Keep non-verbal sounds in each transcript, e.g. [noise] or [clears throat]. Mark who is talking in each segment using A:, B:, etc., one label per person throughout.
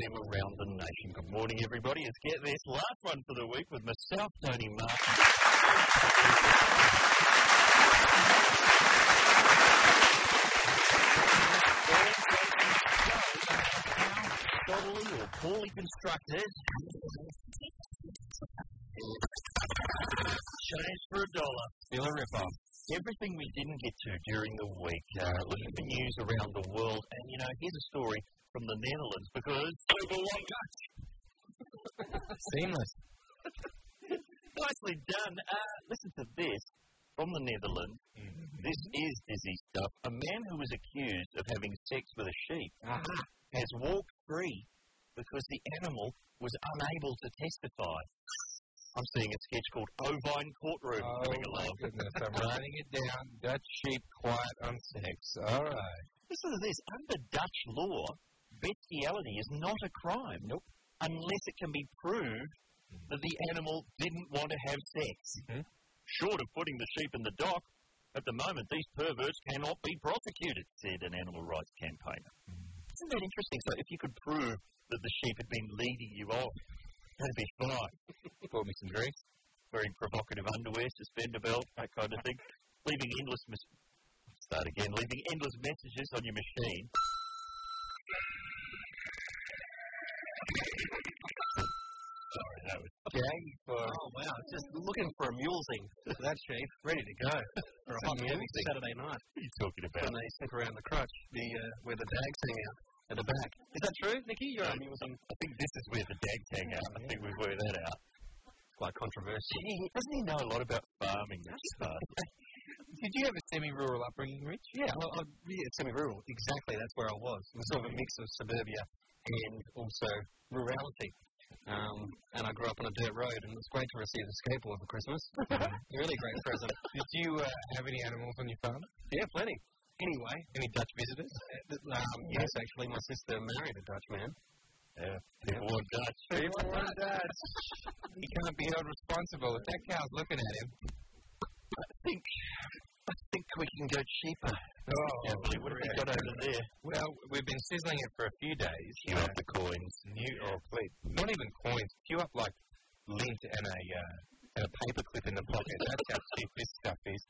A: Good morning, everybody. Let's get this last one for the week with myself, Tony Martin. Bodily or poorly constructed. Shines for a dollar. Still a rip-off. Everything we didn't get to during the week. Uh, look at the news around the world, and you know, here's a story from the Netherlands because
B: Seamless.
A: Nicely done. Uh, listen to this from the Netherlands.
B: Mm-hmm.
A: This is dizzy stuff. A man who was accused of having sex with a sheep
B: Ah.
A: has walked free because the animal was unable to testify. I'm seeing a sketch called Ovine Courtroom
B: Oh,
A: coming
B: my
A: along.
B: goodness. I'm writing it down. Dutch sheep, quiet on sex. All right.
A: Listen to this. Under Dutch law, bestiality is not a crime. Nope. Unless it can be proved that the animal didn't want to have sex.
B: Mhm.
A: Short of putting the sheep in the dock, at the moment these perverts cannot be prosecuted, said an animal rights campaigner. Isn't that interesting? So if you could prove that the sheep had been leading you on, that'd be fine.
B: Pour me some drinks.
A: Wearing provocative underwear, suspender belt, that kind of thing. Leaving endless mes- start again. Leaving endless messages on your machine. Sorry, that was
B: Okay. For
C: Oh wow, just looking for a mule thing. That sheep, ready to go for a
A: Some
C: hot
A: mule
C: mule
A: thing.
C: Saturday night
A: what are you talking about?
C: when they stick around the crotch, the uh, where the tags hang out at the back. Is that true, Nikki? You're a mule thing.
A: I think this is where the dags hang out. I think we wear that out.
C: Quite controversial.
A: Gee, doesn't he know a lot about farming? That's uh, fun.
B: Did you have a semi-rural upbringing, Rich?
C: Yeah, well, I, yeah, it's semi-rural. Exactly, that's where I was. It was sort of a mix of suburbia and also rurality. Um, and I grew up on a dirt road, and it's great to receive a skateboard for Christmas. [laughs] really great present.
B: Mm-hmm. Did you uh, have any animals on your farm?
C: Yeah, plenty. Anyway, any Dutch visitors? Um, yes, actually, my sister married a Dutch man.
A: People want Dutch.
B: People want Dutch.
C: [laughs]
B: he can't be held responsible if that cow's looking at him.
A: I think we can go cheaper.
B: Oh,
A: Can't believe what have we got over there?
B: Well, we've been sizzling it for a few days.
A: You
B: Uh,
A: have the coins.
B: new or please, not even coins. Queue up like lint and a uh, and a paperclip in the pocket. That's how cheap this stuff is.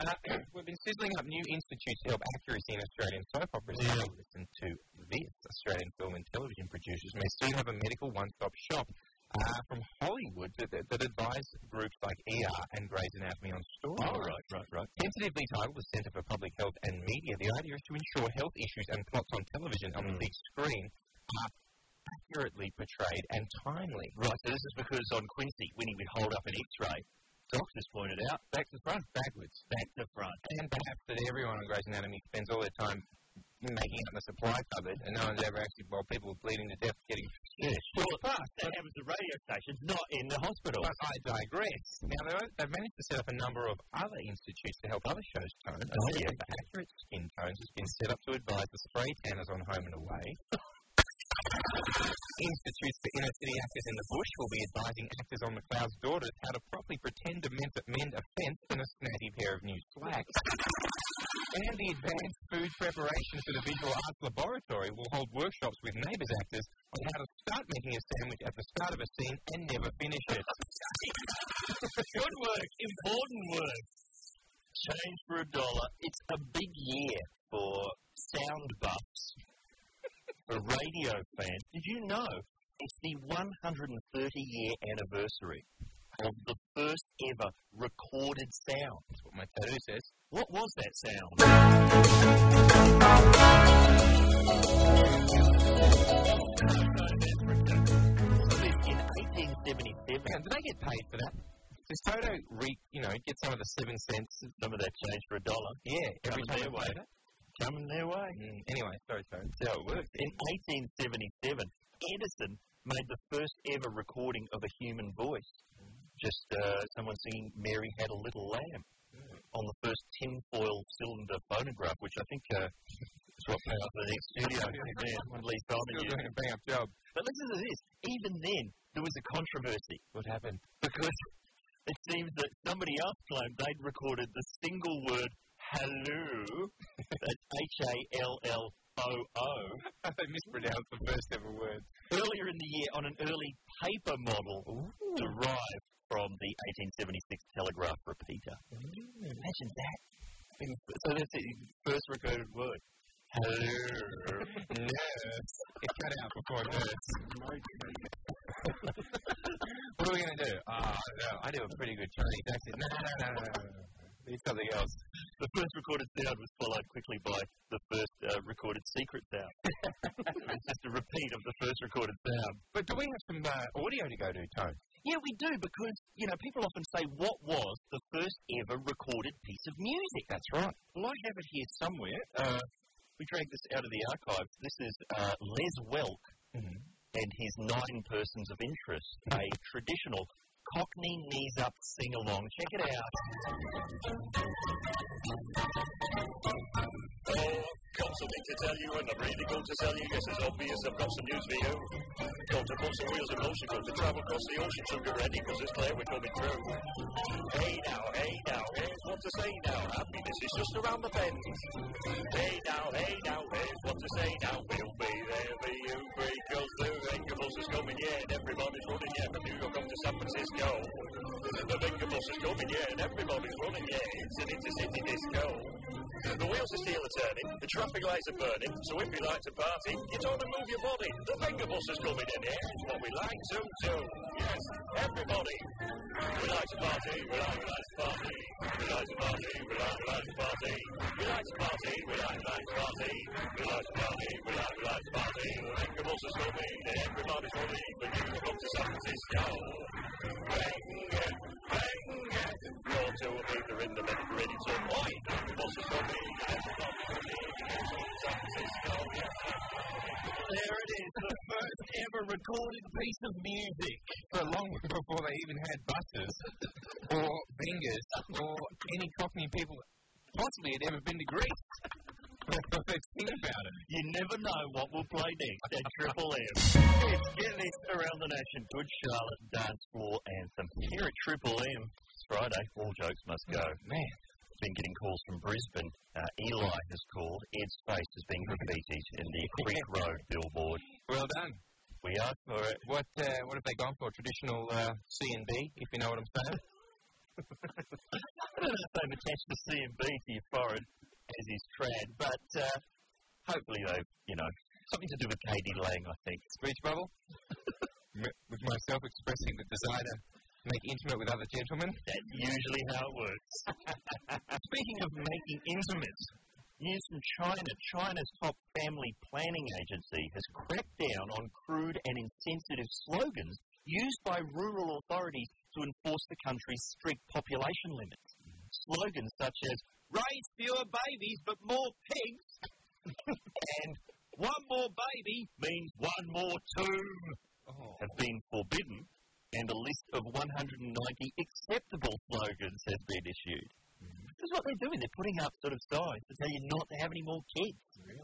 B: Uh, [clears throat] we've been sizzling up new institutes to help accuracy in Australian soap operas. Now Listen to this. Australian film and television producers may soon have a medical one-stop shop uh, from Hollywood that, that, that advise groups like ER and Grey's Anatomy on stories.
A: Oh, right, right, right.
B: Tentatively titled the Centre for Public Health and Media, the idea is to ensure health issues and plots on television on
A: Mm.
B: the big screen are accurately portrayed and timely.
A: Right, so this is because on Quincy, when he would hold up an X-ray, doctors pointed out
B: Back to front, backwards.
A: back to front.
B: And perhaps that everyone on Grey's Anatomy spends all their time making up the supply cupboard and no one's ever actually, while people are bleeding to death getting
A: Yes, well, that happens at radio stations, not in the hospital.
B: But I digress. Now, they- they've managed to set up a number of other institutes to help other shows tone. A
A: Oh,
B: yeah. for accurate skin tones has been set up to advise the spray tanners on home and away. Institutes for inner city actors in the bush will be advising actors on the cloud's daughters how to properly pretend to mend, mend a fence in a snazzy pair of new slacks. and the Advanced Food Preparation for the Visual Arts Laboratory will hold workshops with neighbours actors on how to start making a sandwich at the start of a scene and never finish it.
A: Good work, important work. Change for a dollar. It's a big year for sound buffs, for radio fans. Did you know it's the 130 year anniversary of the first ever recorded sound.
B: That's what my tattoo says.
A: What was that sound? In 1877,
B: Man, did they get paid for that? Does Toto re, you know, get some of the seven cents?
A: some of that change for a dollar
B: Yeah, every
A: Coming
B: time
A: their
B: they
A: way.
B: play that?
A: coming their way.
B: Mm, anyway, sorry, sorry. That's how it works.
A: In 1877, Edison made the first ever recording of a human voice. Just uh, someone singing Mary Had a Little Lamb on the first tinfoil cylinder phonograph, which I think uh, is what came up in the next studio.
B: [laughs]
A: Yeah, one of Lee's Simon
B: Still
A: used.
B: doing a bang up job. [laughs]
A: But listen to this. Even then, there was a controversy
B: What happened?
A: because it seems that somebody else claimed they'd recorded the single word hello, that's H A L L O O,
B: they mispronounced the first ever word.
A: earlier in the year on an early paper model derived from the 1876 telegraph repeater. Imagine that. So that's the first recorded word. Hello.
B: Nerds. It cut out before nerds. [laughs] what are we going to do? Oh, no, I do a pretty good Chinese accent. No, no, no, no, no. It's something else.
A: The first recorded sound was followed quickly by the first uh, recorded secret [laughs] sound. it's just a repeat of the first recorded sound.
B: But do we have some uh, audio to go to, Tone?
A: Yeah, we do because you know people often say, "What was the first ever recorded piece of music?" That's right. Well, I have it here somewhere. Uh, we dragged this out of the archives. This is uh, Les Welk
B: Mhm.
A: and his Nine Persons of Interest, a traditional Cockney knees up sing along. Check it out.
D: Got something to tell you, and I've really got to tell you. Yes, it's obvious. I've got some news for you. Got to put some wheels in motion. Got to travel across the ocean. So get ready, because it's clear we're coming through. Hey now, hey now, here's what to say now. Happiness is just around the bend. Hey now, hey now, here's what to say now. We'll be there for you. Great girls through. Venga bus is coming, yeah, and everybody's running, yeah. From New York up to San Francisco. The Venga bus is coming, yeah, and everybody's running, yeah. It's an intercity disco. The wheels of steel are turning, the traffic lights are burning, so if you like to party, get on and move your body. The finger bus is coming in here, it's what we like to do. Yes, everybody. We like to party, we like, we like to party. We like to party, we like, we like to party. We like to party, we like, we like to party. We like to party, we like, we like to party. The finger bus is coming in, everybody's running, but you can come to San Francisco. Finger, finger, you're to a finger in the Mediterranean, so why? The bus is coming, everybody's running, it's all San Francisco, yeah.
A: There it is, the first ever recorded piece of music.
B: For long [laughs] before they even had buses, or fingers, or any Cockney people possibly had ever been to Greece. [laughs] Let's think about it.
A: You never know what we'll play next at Triple M. It's Get This Around the Nation, Good Charlotte Dance Floor Anthem. Here at Triple M, it's Friday, all jokes must go.
B: Mm,
A: Man, I've been getting calls from Brisbane. Uh, Eli has called. Ed's face has been graffitied in
B: [laughs]
A: the Creek Road billboard.
B: Well done.
A: We asked for it.
B: What uh, what have they gone for? Traditional uh, C and B, if you know what I'm saying.
A: I don't know if they've attached the CMB to your forehead as his trad, but uh, hopefully they've, you know, something to do with Katie Lang, I think.
B: Speech bubble. M- with myself expressing the desire to make intimate with other gentlemen.
A: That's usually how it works. [laughs] Speaking of making intimate, news from China. China's top family planning agency has cracked down on crude and insensitive slogans used by rural authorities to enforce the country's strict population limits. Slogans such as, raise fewer babies but more pigs, [laughs] and one more baby means one more tomb
B: Oh.
A: have been forbidden, and a list of 190 acceptable slogans has been issued. This is what they're doing. They're putting up sort of signs to tell you not to have any more kids.
B: Really?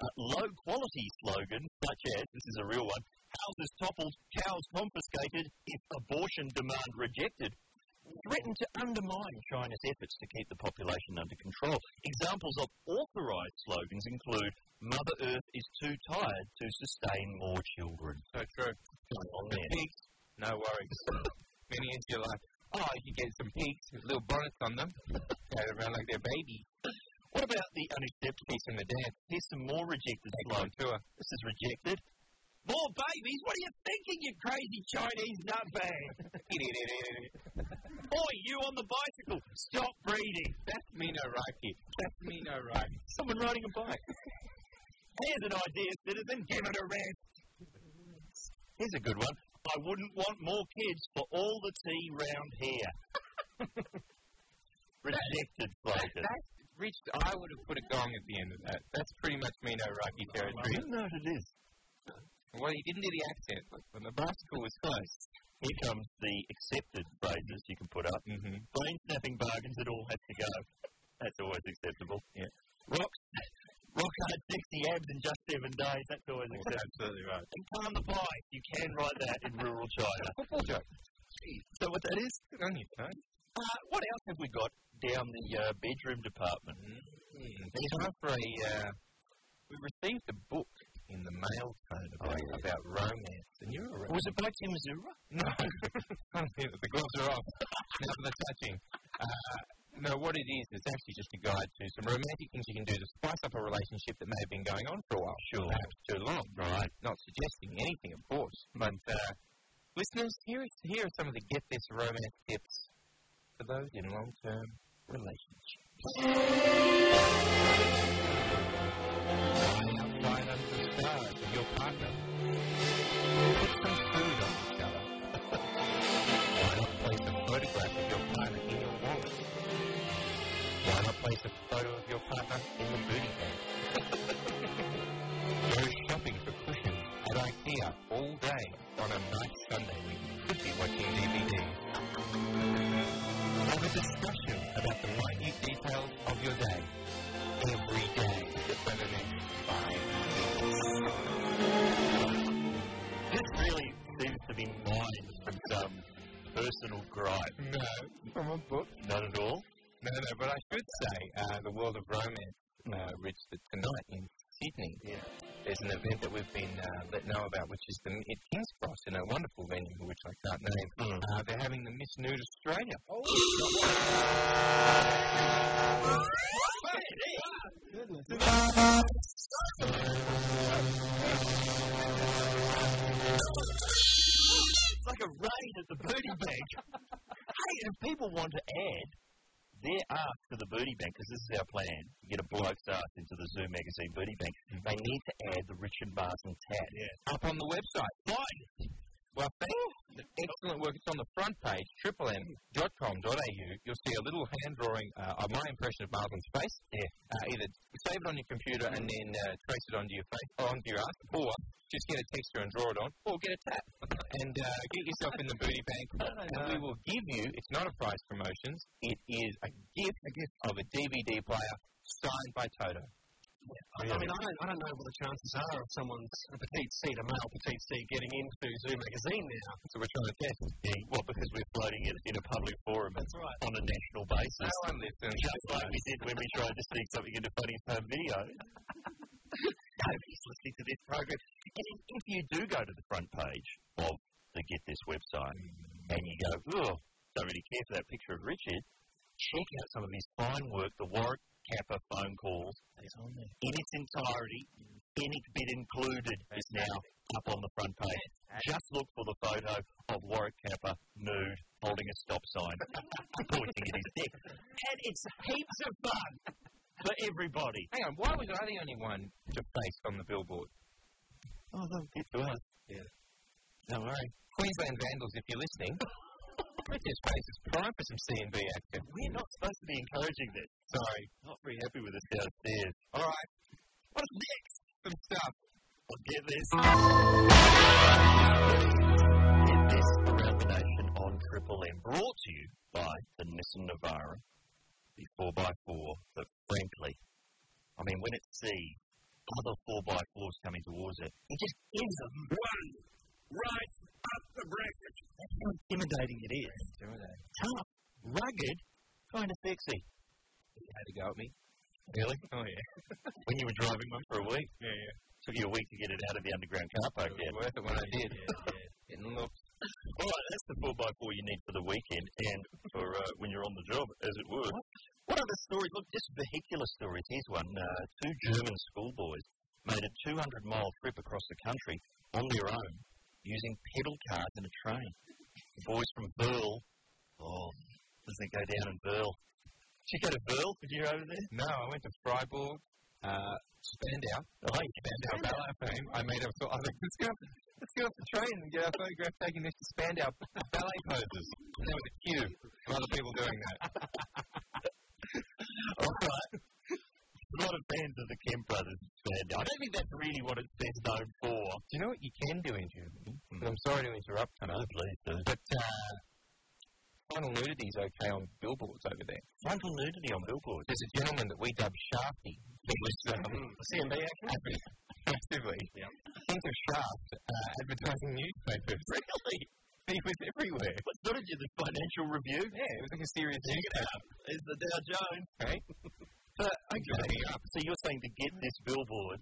A: Uh, low quality slogans such as this is a real one: houses toppled, cows confiscated, if abortion demand rejected. Threaten to undermine China's efforts to keep the population under control. Examples of authorised slogans include Mother Earth is too tired to sustain more children.
B: So true.
A: Come on,
B: The
A: man.
B: pigs, no worries. [laughs] Many into your life. Oh, you can get some pigs with little bonnets on [laughs] them. Carry around like they're baby.
A: What about the unacceptable?
B: Pigs in the dance.
A: Here's some more rejected
B: Take them on
A: slogans.
B: tour.
A: This is rejected.
E: More babies? What are you thinking, you crazy Chinese
A: [laughs]
E: nutbag? Boy, you on the bicycle, stop breeding.
B: That's Mino Reiki. That's Mino Reiki.
E: Someone riding a bike. Here's an idea, citizen. Give it a rest.
A: Here's a good one. I wouldn't want more kids for all the tea round [laughs] here. Rejected focus.
B: That's Rich. I would have put a gong at the end of that. That's pretty much Mino Reiki territory.
A: You know what it is.
B: Well, he didn't do the accent, but when the bicycle was close.
A: Here comes the accepted phrases you can put up.
B: Mm-hmm.
A: Brain snapping bargains that all have to go. That's always acceptable. Yeah. Rock, rock hard, sexy abs in just seven days. That's always acceptable.
B: absolutely right.
A: And palm the pie. You can write that in rural [laughs] China.
B: Football joke.
A: So what that is?
B: Good on you, son.
A: Uh, what else have we got down the uh, bedroom department?
B: Mm-hmm. It's time for a. Uh, we received a book in the mail phone about, about romance, and you're a
A: Was it by Tim Zura?
B: No, [laughs] the gloves are off. now for the touching. Uh, no, what it is, it's actually just a guide to some romantic things you can do to spice up a relationship that may have been going on for a while. Sure. Perhaps too long. Right. Not suggesting anything, of course. But, uh, listeners, here, is, here are some of the get this romance tips for those in long term relationships. Fly up high under the stars with your partner. Put some food on each other. Why not place a photograph of your partner in your wallet? Why not place a photo of your partner in your booty bag? Go shopping for cushions at IKEA all day on a nice Sunday when you could be watching DVD. Have a discussion about the minute details of your day every day for the next five
A: This really seems to be mined from some personal gripe.
B: No, from a book.
A: Not at all.
B: No, no, but I should say, uh, the world of romance, uh, Rich, that tonight in Sydney, there's an event that we've been uh, let know about, which is the at King's Cross in a wonderful venue which I can't name. Uh, they're having the Miss Nude Australia. Oh,
C: Goodness.
A: It's like a raid at the booty bank. [laughs] hey, if people want to add their ass to the booty bank, because this is our plan, to get a bloke's ass into the Zoo magazine booty bank, they need to add the Richard Marsden tat.
B: up on the website. Fine. Well, thanks. Excellent work. It's on the front page, triplem.com.au. You'll see a little hand drawing uh, of my impression of Marvin's face. Yeah. Uh, either save it on your computer and then uh, trace it onto your face, onto your ass, or just get a texture and draw it on, or get a tap [laughs] and uh, get yourself in the booty
C: [laughs]
B: bank. and we will give you, it's not a prize promotions, it is a gift, a gift of a DVD player signed by Toto.
C: I mean, I don't, I don't know what the chances are of someone's a petite C, a male petite C, getting into Zoo magazine now.
B: So we're trying to test.
A: Yeah, well, because we're floating it in a public forum and
C: That's right.
A: on a national basis.
B: No one listens.
A: Just like we did when we tried to sneak something into Funniest Home
B: [laughs]
A: Video. Nobody's listening to this program. And if- if you do go to the front page of the Get This website and you go, oh, don't really care for that picture of Richard, check out some of his fine work, the Warwick Kappa phone calls. In its entirety, any bit included is now up on the front page. Just look for the photo of Warwick Kappa nude holding a stop sign, [laughs] pointing at his dick. And it's heaps of fun for everybody.
B: Hang on, why was I the only one to face on the billboard?
A: Oh, they'll get to us.
B: Don't worry. Queensland Vandals, if you're listening, British face is prime for some C&B action.
A: We're not supposed to be encouraging this.
B: Sorry.
A: Not very happy with us downstairs.
B: All right. What's next? Some stuff.
A: Well, get this. Get this around the nation on Triple M. Brought to you by the Nissan Navara, the 4x4 that, frankly, I mean, when it sees other 4x4s coming towards it, it just gives them one right up the bracket. That's how intimidating it is. Tough, rugged, kind of sexy.
B: You had a go at me. Really? Oh, yeah.
A: [laughs] When you were driving one for a week,
B: Yeah, yeah.
A: took you a week to get it out of the underground car park.
B: It was
A: Yeah.
B: worth it when I did. [laughs] It looked
A: All right, that's the 4x4 you need for the weekend and for uh, when you're on the job, as it were. What other stories? Look, just vehicular stories. Here's one. Uh, two German schoolboys made a 200 mile trip across the country on their own using pedal cars in a train. The boys from Burl, oh, doesn't it go down in Burl? Did you go to Burl when you were over there?
B: No, I went to Freiburg, uh, Spandau,
A: Oh, you
B: Spandau Ballet Fame. I made a I was like, [laughs] let's go, let's go off the train and get our photograph taken next to Spandau [laughs] ballet poses. And there was a queue of other people doing that. [laughs]
A: a lot of fans of the Kemp brothers in Spandau. I don't think that's really what it's best known for.
B: Do you know what you can do in Germany? But I'm sorry to interrupt, I know.
A: please do.
B: But uh, final nudity is okay on billboards over there.
A: Frontal nudity on billboards.
B: There's a gentleman that we dub Shafty. He was um, CMB actor. Massively. Think of Shaft uh, advertising newspapers.
A: [laughs]
B: Really? He was everywhere.
A: What sort of did the financial review?
B: Yeah, it was like a serious newspaper.
A: Is the Dow Jones.
B: Right?
A: [laughs] But, okay. So you're saying to get this billboard,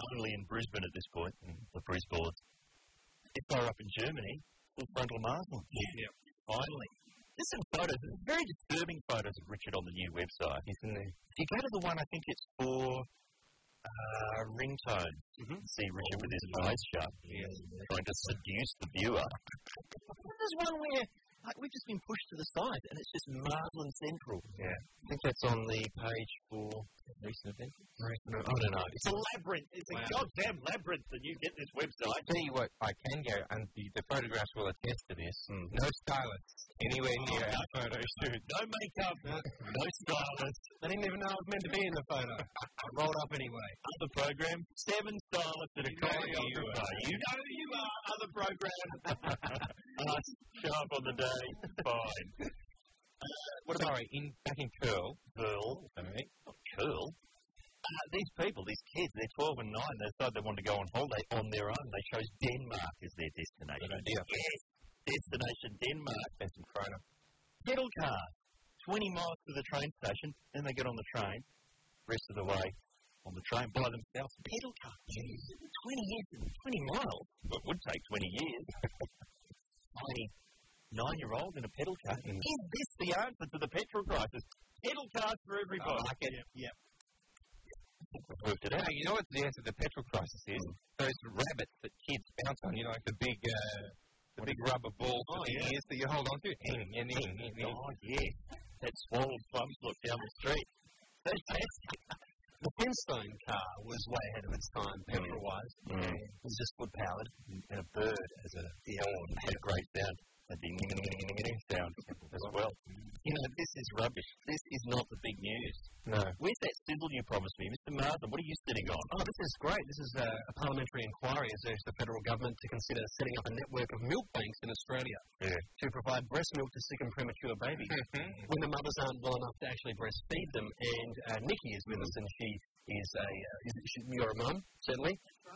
A: only in Brisbane at this point, the Brisboards, if they're up in Germany, full frontal Marsden. Yeah. Finally. There's some photos, there's very disturbing photos of Richard on the new website.
B: Isn't there?
A: If you go to the one, I think it's for uh, ringtone, see Richard with his eyes shut, trying to seduce the viewer. But [laughs] there's one where like, we've just been pushed to the side and it's just Marsden Central. Mm. Yeah. I think that's on the page for recent events. I don't know. It's a labyrinth. It's a goddamn labyrinth that you get this
B: I
A: website.
B: tell you what, I can go, and the, the photographs will attest to this. No stylists anywhere near our photo shoot.
A: No makeup, [laughs] no stylist.
C: I didn't even know I was meant to be in the
B: [laughs]
C: photo. I rolled up anyway.
A: Other program, seven stylists that are calling you. You know who you are. Other program. [laughs] Us, show up on the day. [laughs] Fine.
B: What about in back in Curl?
A: Pearl.
B: Alright.
A: Oh, Cool. Uh, these people, these kids, they're 12 and 9. They decided they wanted to go on holiday on their own. They chose Denmark as their destination. Yes, destination Denmark. That's in Corona. Pedal car, 20 miles to the train station. Then they get on the train, rest of the way on the train by themselves. Pedal car, 20 years, 20 miles. Well, it would take 20 years. [laughs] Tiny nine-year-old in a pedal car. Is this the answer to the petrol crisis? Pedal cars for everybody. Oh, Yeah. Worked it
B: Now, you know what the answer to the petrol crisis is?
A: Hmm.
B: Those rabbits that kids bounce on, you know, like the big, uh, the big rubber ball for the ears that you hold on to. Ing, and ing, and ing.
A: Oh, yeah. That swallowed bums look down the street. That's [laughs] fantastic.
C: The Flintstone car was way ahead of its time,
B: Hmm.
C: petrol wise. It was just wood powered.
A: And a bird has a yawn. Had a great sound. A ding ding ding ding ding sound as well. You know, this is rubbish. This is not the big news.
B: No.
A: Where's that symbol you promised me? Mr. Marsden, what are you sitting on?
C: Oh, this is great. This is a, a parliamentary inquiry has urged the federal government to consider setting up a network of milk banks in Australia
A: Yeah. Mm-hmm.
C: to provide breast milk to sick and premature babies when the mothers aren't well enough to actually breastfeed them. And uh, Nikki is with us, and she is a uh, is, she, you're a mum certainly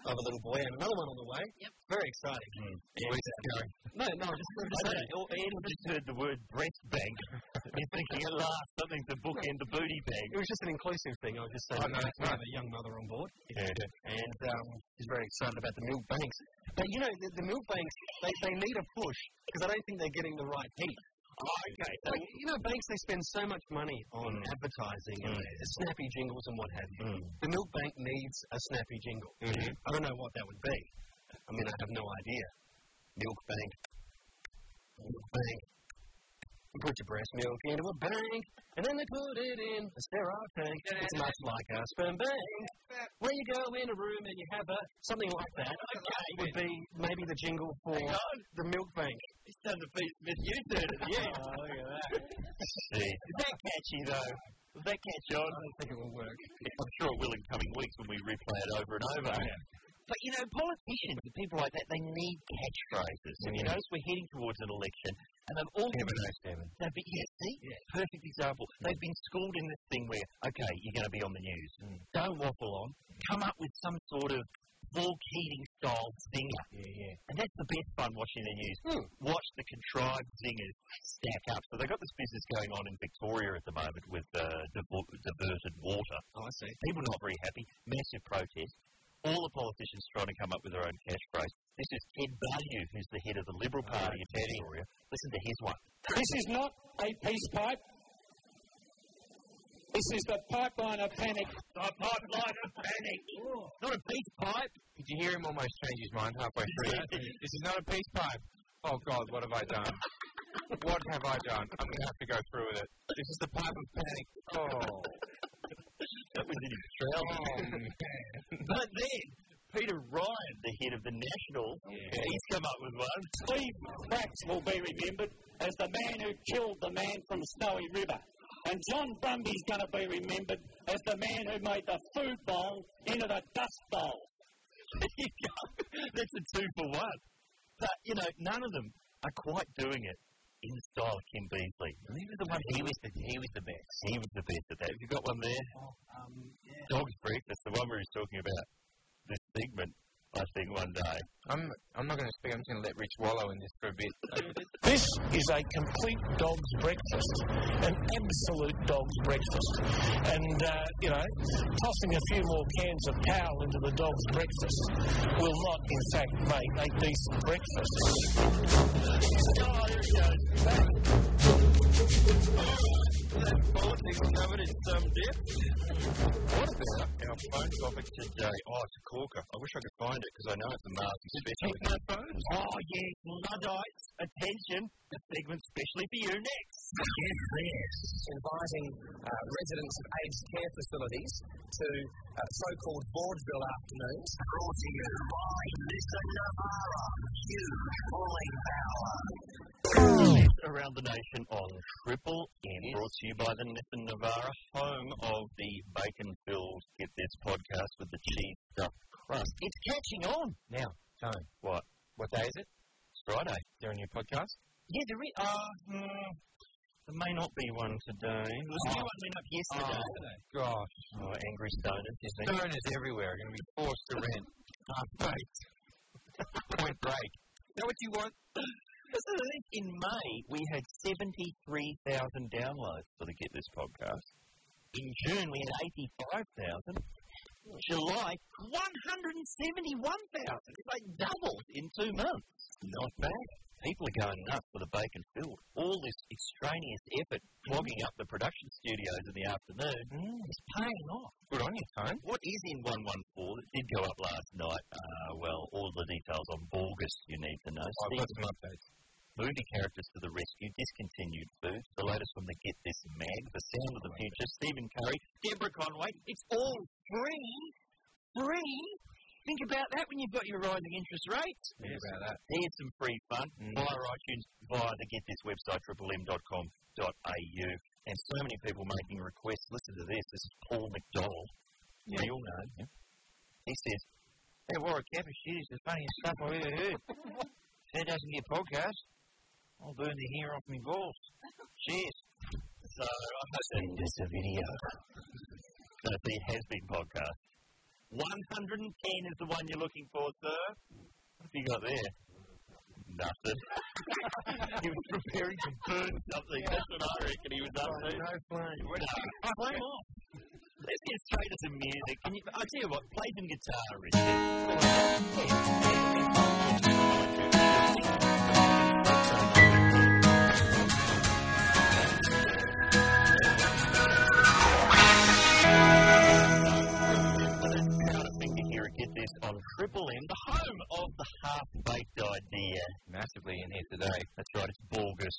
C: of a little boy and another one on the way. Yep, very exciting. And,
B: Where's this going?
C: uh, no, no, just I
A: I
C: just
A: don't know. Ian oh, just heard the word breast
C: [laughs]
A: bank. He's thinking at last something to bookend the booty
C: [laughs]
A: bag.
C: It was just an inclusive thing. I was just saying,
B: Oh, no,
C: that
B: that's
C: we have a young mother on board, and um, she's very excited about the milk banks. But you know, the, the milk banks they, they need a push because I don't think they're getting the right heat.
B: Oh,
A: okay.
C: Like, you know, banks they spend so much money on
B: Hmm.
C: advertising and snappy jingles and what have you. The milk bank needs a snappy jingle. I don't know what that would be. I mean, I have no idea. Milk bank, milk bank. You put your breast milk into a bank, and then they put it in a sterile tank. It's much like a sperm bank, where you go in a room and you have a something like [laughs] that. That would be maybe the jingle for the milk bank. [laughs]
A: It's done the Pete Smith you did it, yeah.
C: Oh, look at that.
A: Is that catchy though? Is that catch on?
C: I think it will work.
A: I'm sure it will in coming weeks when we replay it over and over. But you know, politicians and people like that, they need catchphrases. And you notice we're heading towards an election, and they've all been, they've been yeah, see, perfect example. They've been schooled in this thing where, okay, you're going to be on the news.
C: Mm.
A: Don't waffle on. Come up with some sort of Paul Keating style zinger. Yeah, yeah. And that's the best fun watching the news.
C: Hmm.
A: Watch the contrived zingers stack up. So they've got this business going on in Victoria at the moment with uh, div- diverted water.
C: Oh, I see.
A: People not very happy. Massive protest. All the politicians trying to come up with their own catchphrase. This is Ted Baillieu, who's the head of the Liberal Party in Victoria. Listen to his one.
F: This is not a peace pipe. This is the pipeline of panic.
A: The pipeline of panic. Not a peace pipe.
B: Did you hear him almost change his mind halfway through? [laughs] that? this is not a peace pipe. Oh God, what have I done? what have I done? I'm going to have to go through with it. This is the pipe of panic. Oh.
A: That was in his trousers. but then, Peter Ryan, the head of the National, he's come up with one.
F: Steve Brax will be remembered as the man who killed the man from Snowy River. And John Brumby's going to be remembered as the man who made the food bowl into the dust bowl.
A: [laughs] There you go. That's a two for one. But, you know, none of them are quite doing it in the style of Kim Beasley. He was the one, he was the, he was the best. He was the best at that. Have you got one there? Dog's Breakfast, the one where he's talking about this segment, I think, one day.
B: I'm, I'm not going to speak. I'm just going to let Rich wallow in this for a bit.
G: This is a complete dog's breakfast, an absolute dog's breakfast. And, uh, you know, tossing a few more cans of towel into the dog's breakfast will not, in fact, make a decent breakfast.
B: What about our phone topic today? Oh, it's a corker. I wish I could find it because I know it's a Mars special.
A: Oh, yes, Luddites, attention, the segment specially for you next.
H: inviting uh, residents of aged care facilities to uh, so-called vaudeville afternoons. Brought to you by Mr. Navarra, Hugh Pulling Power.
A: around the nation on Triple M, brought to you by the Nathan Navara, home of the bacon-filled Get This podcast with the cheese stuffed crust. It's catching on.
B: Now, Tone,
A: What?
B: what day is it?
A: It's Friday.
B: There a new podcast?
A: Yeah, there is. Uh, hmm, there may not be one today. There was a new one went up yesterday.
B: Gosh,
A: Oh, angry stoners, you think?
B: Stone is everywhere. Going to be forced to rent. Half baked. Uh, [laughs] Point break. Is that what you want?
A: That's the thing. In May, we had 73,000 downloads for the Get This podcast. In June, we had 85,000. July, 171,000. It's like doubled in two months. Not bad. People are going nuts for the bacon filled. All this extraneous effort clogging up the production studios in the afternoon is paying off.
B: Mm. Good on you, Tone.
A: What is in 114 that did go up last night? Uh, well, all the details on Borgus you need to know.
B: I've
A: Steve
B: got some updates.
A: Movie characters to the rescue, discontinued foods, the latest from the Get This Mag, The Sound of the Future, Stephen Curry, Deborah Conway. It's all free. Free. Think about that when you've got your rising interest rates.
B: Think about that.
A: There's some free fun
B: Mm.
A: via iTunes, via the Get This website, triplem.com.au. And so many people making requests. Listen to this. This is Paul McDonald. Yeah. Real name. He says, Hey, Warwick Capish, is the funniest stuff I've ever heard. if that doesn't get podcast, I'll burn the hair off my balls. Cheers. So I must send this a video. no, the has been podcast. 110 is the one you're looking for, sir. What have you got there? Nothing. [laughs] he was preparing to burn something. That's what I reckon he was up to. No flame. Flame off. Let's get straight to some music. Can you, I'll tell you what, play some guitar, Richard. Thing to hear, get this on Triple M, the home of the half-baked idea.
B: Massively in here today.
A: That's right, it's Borgus.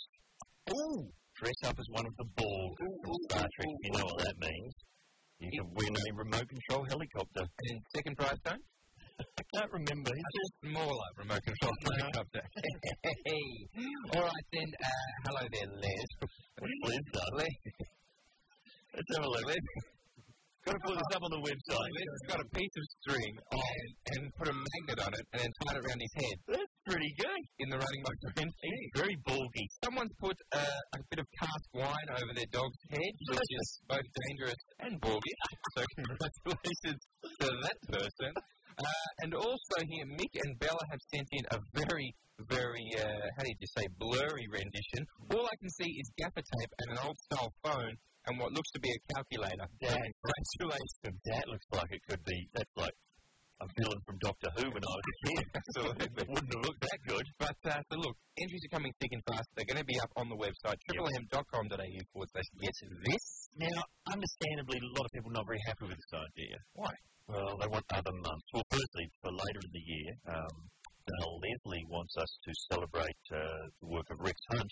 A: Ooh! Dress up as one of the Borg from Star Trek. You know what that means. You can win a remote control helicopter.
B: And second prize, Tone?
A: I can't remember.
B: smaller remote control helicopter. All right then. Uh, hello there, Les.
A: Liz does.
B: Les,
A: Let's have a look. Got to put this up on the website.
B: Les has got a piece of string and, and put a magnet on it and then tied it around his head
A: That's pretty good.
B: in the running motion.
A: He's very Borgy.
B: Someone's put uh, a bit of cast wine over their dog's head, which
A: [laughs]
B: is both dangerous and borgy. [laughs] So congratulations to that person. Uh, and also here, Mick and Bella have sent in a very, very, uh, how did you say, blurry rendition. All I can see is gaffer tape and an old-style phone and what looks to be a calculator.
A: That, congratulations. That looks like it could be. That's like a villain from Doctor Who when I was a kid.
B: [laughs] Absolutely.
A: It wouldn't have looked that good.
B: But uh, so look, entries are coming thick and fast. They're going to be up on the website, triplem.com.au forward slash get this.
A: Now, understandably, a lot of people not very happy with this idea. Why? Well, they want other months. Well, firstly, for later in the year, um, Dale Leslie wants us to celebrate uh, the work of Rex Hunt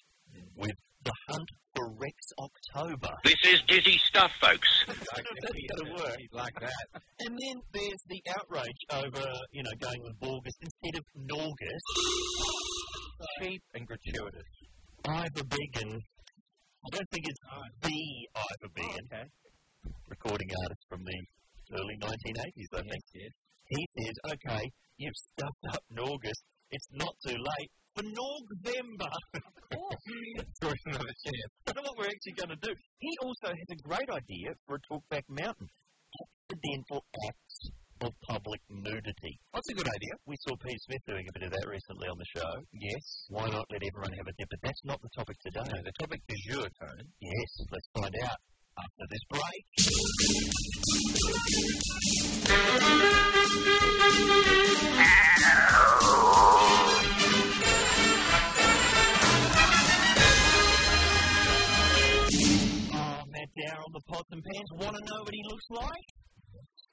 A: with the Hunt for Rex October.
I: This is dizzy stuff, folks.
A: That's gonna work.
B: like that.
A: And then there's the outrage over, you know, going with August instead of Norgus.
B: Cheap and gratuitous.
A: Ivor Began. I don't think it's the Ivor Began. Recording artist from the early 1980s, I think. He says, okay, you've stuffed up Norgus. It's not too late for November. [laughs]
B: Throw it another chair.
A: I don't know what we're actually going to do. He also has a great idea for a talkback mountain. Accidental acts of public nudity. That's a good idea. We saw Pete Smith doing a bit of that recently on the show. Yes. Why not let everyone have a dip? But that's not the topic today. the topic is your Tony. Yes. Let's find out after this break. Oh, Matt Dower on the pots and pans. Want to know what he looks like?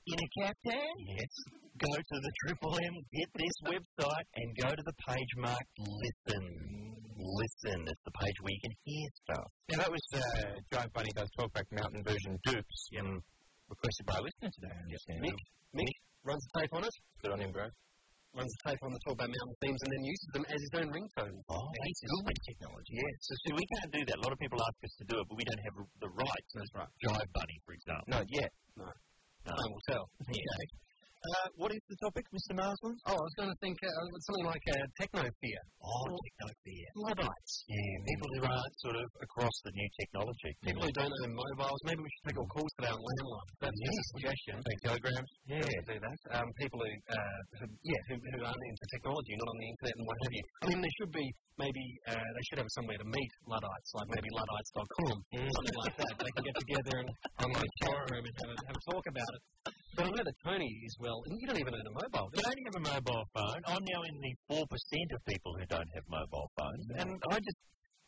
A: In a caftan? Yes. Go to the Triple M, get this website, and go to the page marked Listen. Listen. It's the page where you can hear stuff.
B: Now that was uh, Giant Bunny Does Talkback Mountain version Dupes, um, requested by a listener today, I understand.
C: Mick? Runs the tape on it,
B: Good on him, bro.
C: runs the tape on the Talkback Mountain themes, and then uses them as his own ringtone.
A: Oh, that's good technology. Yeah. So, see, we can't do that. A lot of people ask us to do it, but we don't have the rights. That's right. Jive Bunny, for example.
B: Not yet.
A: Time will tell. Yeah. Uh, what is the topic, Mr. Marsland?
C: Oh, I was going to think uh, something like uh, technophere.
A: Oh, technophere. Luddites. Yeah, people who aren't sort of across the new technology.
C: People who don't own mobiles, maybe we should take all calls today on landline. That's a suggestion.
B: Take telegrams.
C: Yeah, do that. Um, people who, uh, who yeah, who, who aren't into technology, not on the internet and what have you. I mean, there should be maybe uh, they should have somewhere to meet Luddites, like maybe [laughs] Luddites.com, something like that. They can get together and online forum and have a, have a talk about it. But I know that Tony is well, and you don't even own a mobile.
A: They don't have a mobile phone. I'm now in the 4% of people who don't have mobile phones. And I just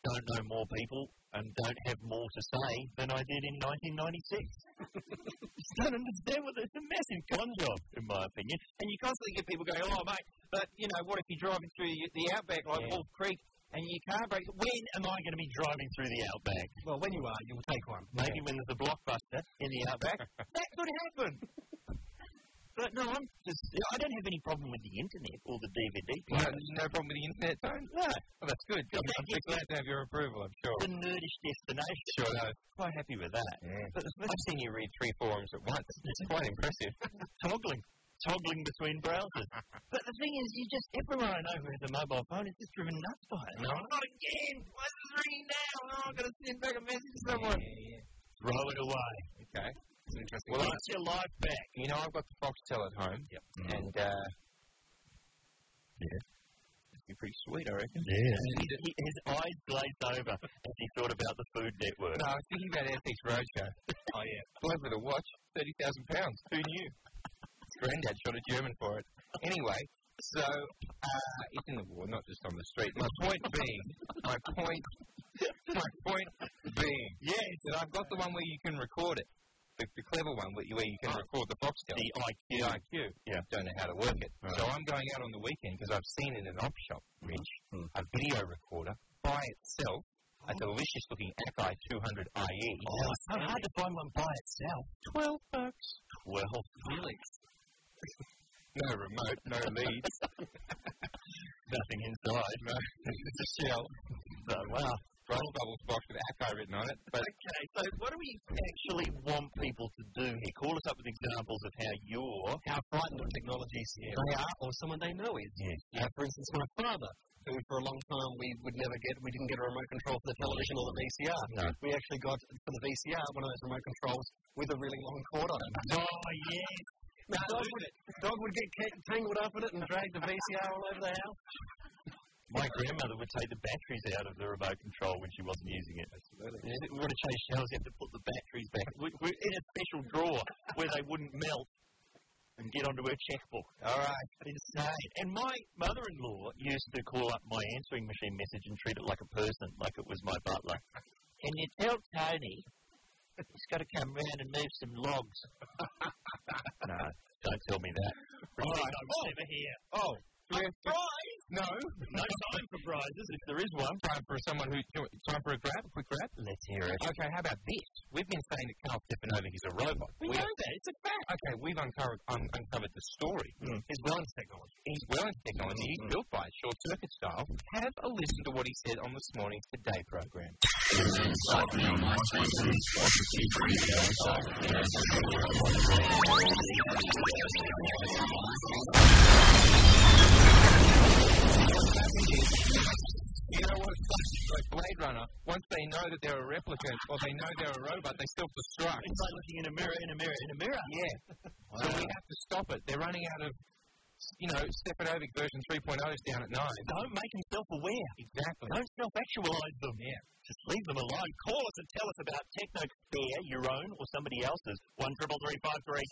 A: don't know more people and don't have more to say than I did in 1996. just don't understand what it's a massive con job, in my opinion.
B: And you constantly get people going, oh, mate, but, you know, what if you're driving through the, the outback like
A: Yeah.
B: Wolf Creek and you can't break...
A: When am I going to be driving through the outback?
C: Well, when you are, you'll take one.
A: Maybe when there's a blockbuster in the outback. that could happen. But no, I'm just, I don't have any problem with the internet or the DVD
B: No,
A: player.
B: no problem with the internet, phone. No. Oh, that's good. I'm, I'm glad to have your approval, I'm sure.
A: The nerdish destination.
B: Sure, no.
A: Quite happy with that.
B: But I've seen you read three forums at once. It's quite impressive.
A: toggling, toggling between [laughs] browsers. but the thing is, you just everyone I know who has a mobile phone is just driven nuts by it. No, not again. What's the ringing now? Oh, I'm going to send back a message to someone. Throw it away.
B: Okay.
C: It's an interesting.
A: Well, that's your life back.
B: You know, I've got the Foxtel at home. Yep. And, uh... Yeah. That'd be pretty sweet, I reckon.
A: Yeah. His, his eyes glazed over as he thought about the Food Network.
B: No, I was thinking about Antiques Roadshow. [laughs] oh, yeah. Blood with a watch, £30,000. Who knew? His [laughs] Granddad shot a German for it. Anyway, so uh, it's in the war, not just on the street. My point being, my point, my point being, yeah, that I've got the one where you can record it. The, the clever one where you, where you can record the
A: Ah,
B: Foxtel.
A: The
B: The
A: IQ.
B: IQ. Yeah. Don't know how to work it. So I'm going out on the weekend because I've seen in an op shop,
A: Hmm.
B: Rich, a video recorder by itself, a delicious looking Akai 200IE.
A: Oh, it's so hard to find one by itself. Twelve bucks. Twelve Felix.
B: No remote, no leads.
A: [laughs] Nothing inside.
B: no,
A: [laughs]
B: it's a shell.
A: So, wow.
B: Roll bubbles box with Akai written on it. But
A: Okay, so what do we actually want people to do here? Call us up with examples of how you're
C: how frightened of technologies they are or someone they know is. Yeah. for instance, my father, who for a long time we would never get, we didn't get a remote control for the television or the VCR.
A: No.
C: We actually got for the VCR one of those remote controls with a really long cord [laughs] on it.
A: Oh, yes.
C: The dog, would, dog would get ca- tangled up in it and drag the VCR all over the house.
A: My grandmother would take the batteries out of the remote control when she wasn't using it. Yeah, it would have changed shells. You had to put the batteries back we, we, in a special drawer where they wouldn't melt and get onto her checkbook. All right. Insane. And my mother-in-law used to call up my answering machine message and treat it like a person, like it was my butler. Can you tell Tony He's got to come round and move some logs. [laughs] no, don't tell me that. All right, I'm never here.
B: Oh, do we have to-
A: Prize?
B: no.
A: No time for prizes if there is one.
B: Time for someone who. do you- Time for a grab, a quick grab.
A: Let's hear it.
B: Okay, how about this? We've been saying that Carl Stefanova is a robot. We, know that. It's a fact. Hmm. Okay, we've uncovered un- uncovered the story. His wellness technology. His wellness technology. He's built by it, short circuit style. Have a listen to what he said on this morning's Today program. You know what? It's like Blade Runner. Once they know that they're a replicant or they know they're a robot, they still destruct.
A: It's like looking in a mirror, in a mirror, in a mirror. [laughs]
B: Yeah. So we have to stop it. They're running out of, you know, Stefanovic version 3.0 is down at 9.
A: Don't make them self-aware.
B: Exactly.
A: Don't self-actualise them. Yeah. Just leave them alone. Call us and tell us about techno fear, your own or somebody else's. One triple three five three.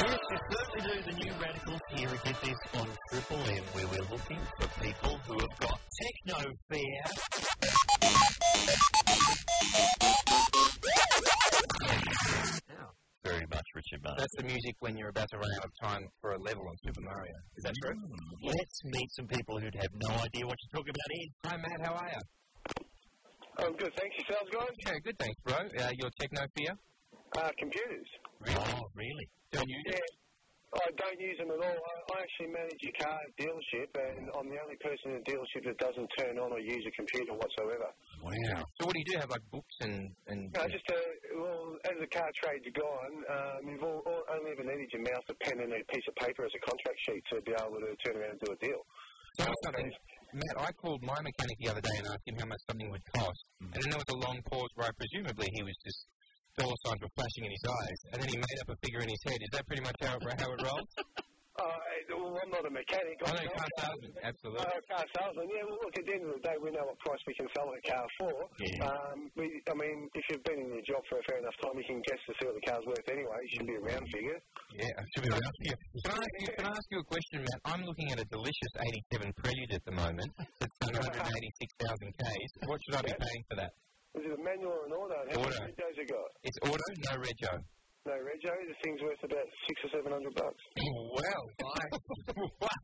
A: Yes, we certainly do. The new radicals here at Get This on Triple M, where we're looking for people who have got techno fear. Very much, Richard Martin.
B: That's the music when you're about to run out of time for a level on Super Mario. Is that true?
A: Let's meet some people who'd have no idea what you're talking about here.
B: Hi, Matt. How are you?
J: I'm good, thanks. Yourselves, guys?
B: Okay, good, thanks, bro. Uh, your techno fear?
J: Uh, computers.
A: Oh, really?
B: Don't you?
J: Yeah. I don't use them at all. I, I actually manage a car dealership, and I'm the only person in the dealership that doesn't turn on or use a computer whatsoever.
B: Wow. So what do you do? Have like books and and
J: No, just uh well, as the car trade's gone, um, you've all, all, only ever needed your mouse, a pen, and a piece of paper as a contract sheet to be able to turn around and do a deal.
B: Tell us something. Matt, I called my mechanic the other day and asked him how much something would cost, and then there was a long pause where I presumably he was just dollar signs were flashing in his eyes, and then he made up a figure in his head. Is that pretty much how it, how it rolls?
J: Uh, well, I'm not a mechanic.
B: [laughs] I know
J: I'm not-
B: you can't salesman. Absolutely.
J: Uh, car salesman, yeah. Well, look, at the end of the day, we know what price we can sell a car for.
A: Yeah.
J: Um, we, I mean, if you've been in your job for a fair enough time, you can guess to see what the car's worth anyway. It should be a round figure.
B: Yeah, I should be around here. Can I, ask you, can I ask you a question, Matt? I'm looking at a delicious 87 Prelude at the moment. It's [laughs] done 186,000 Ks. What should I be paying for that?
J: Is it a manual or an auto? And How
B: Auto.
J: many radios you got?
B: It's auto, no rego.
J: No, Rego, this thing's worth about six or seven hundred [laughs] bucks.
B: [laughs] Well, [laughs] what?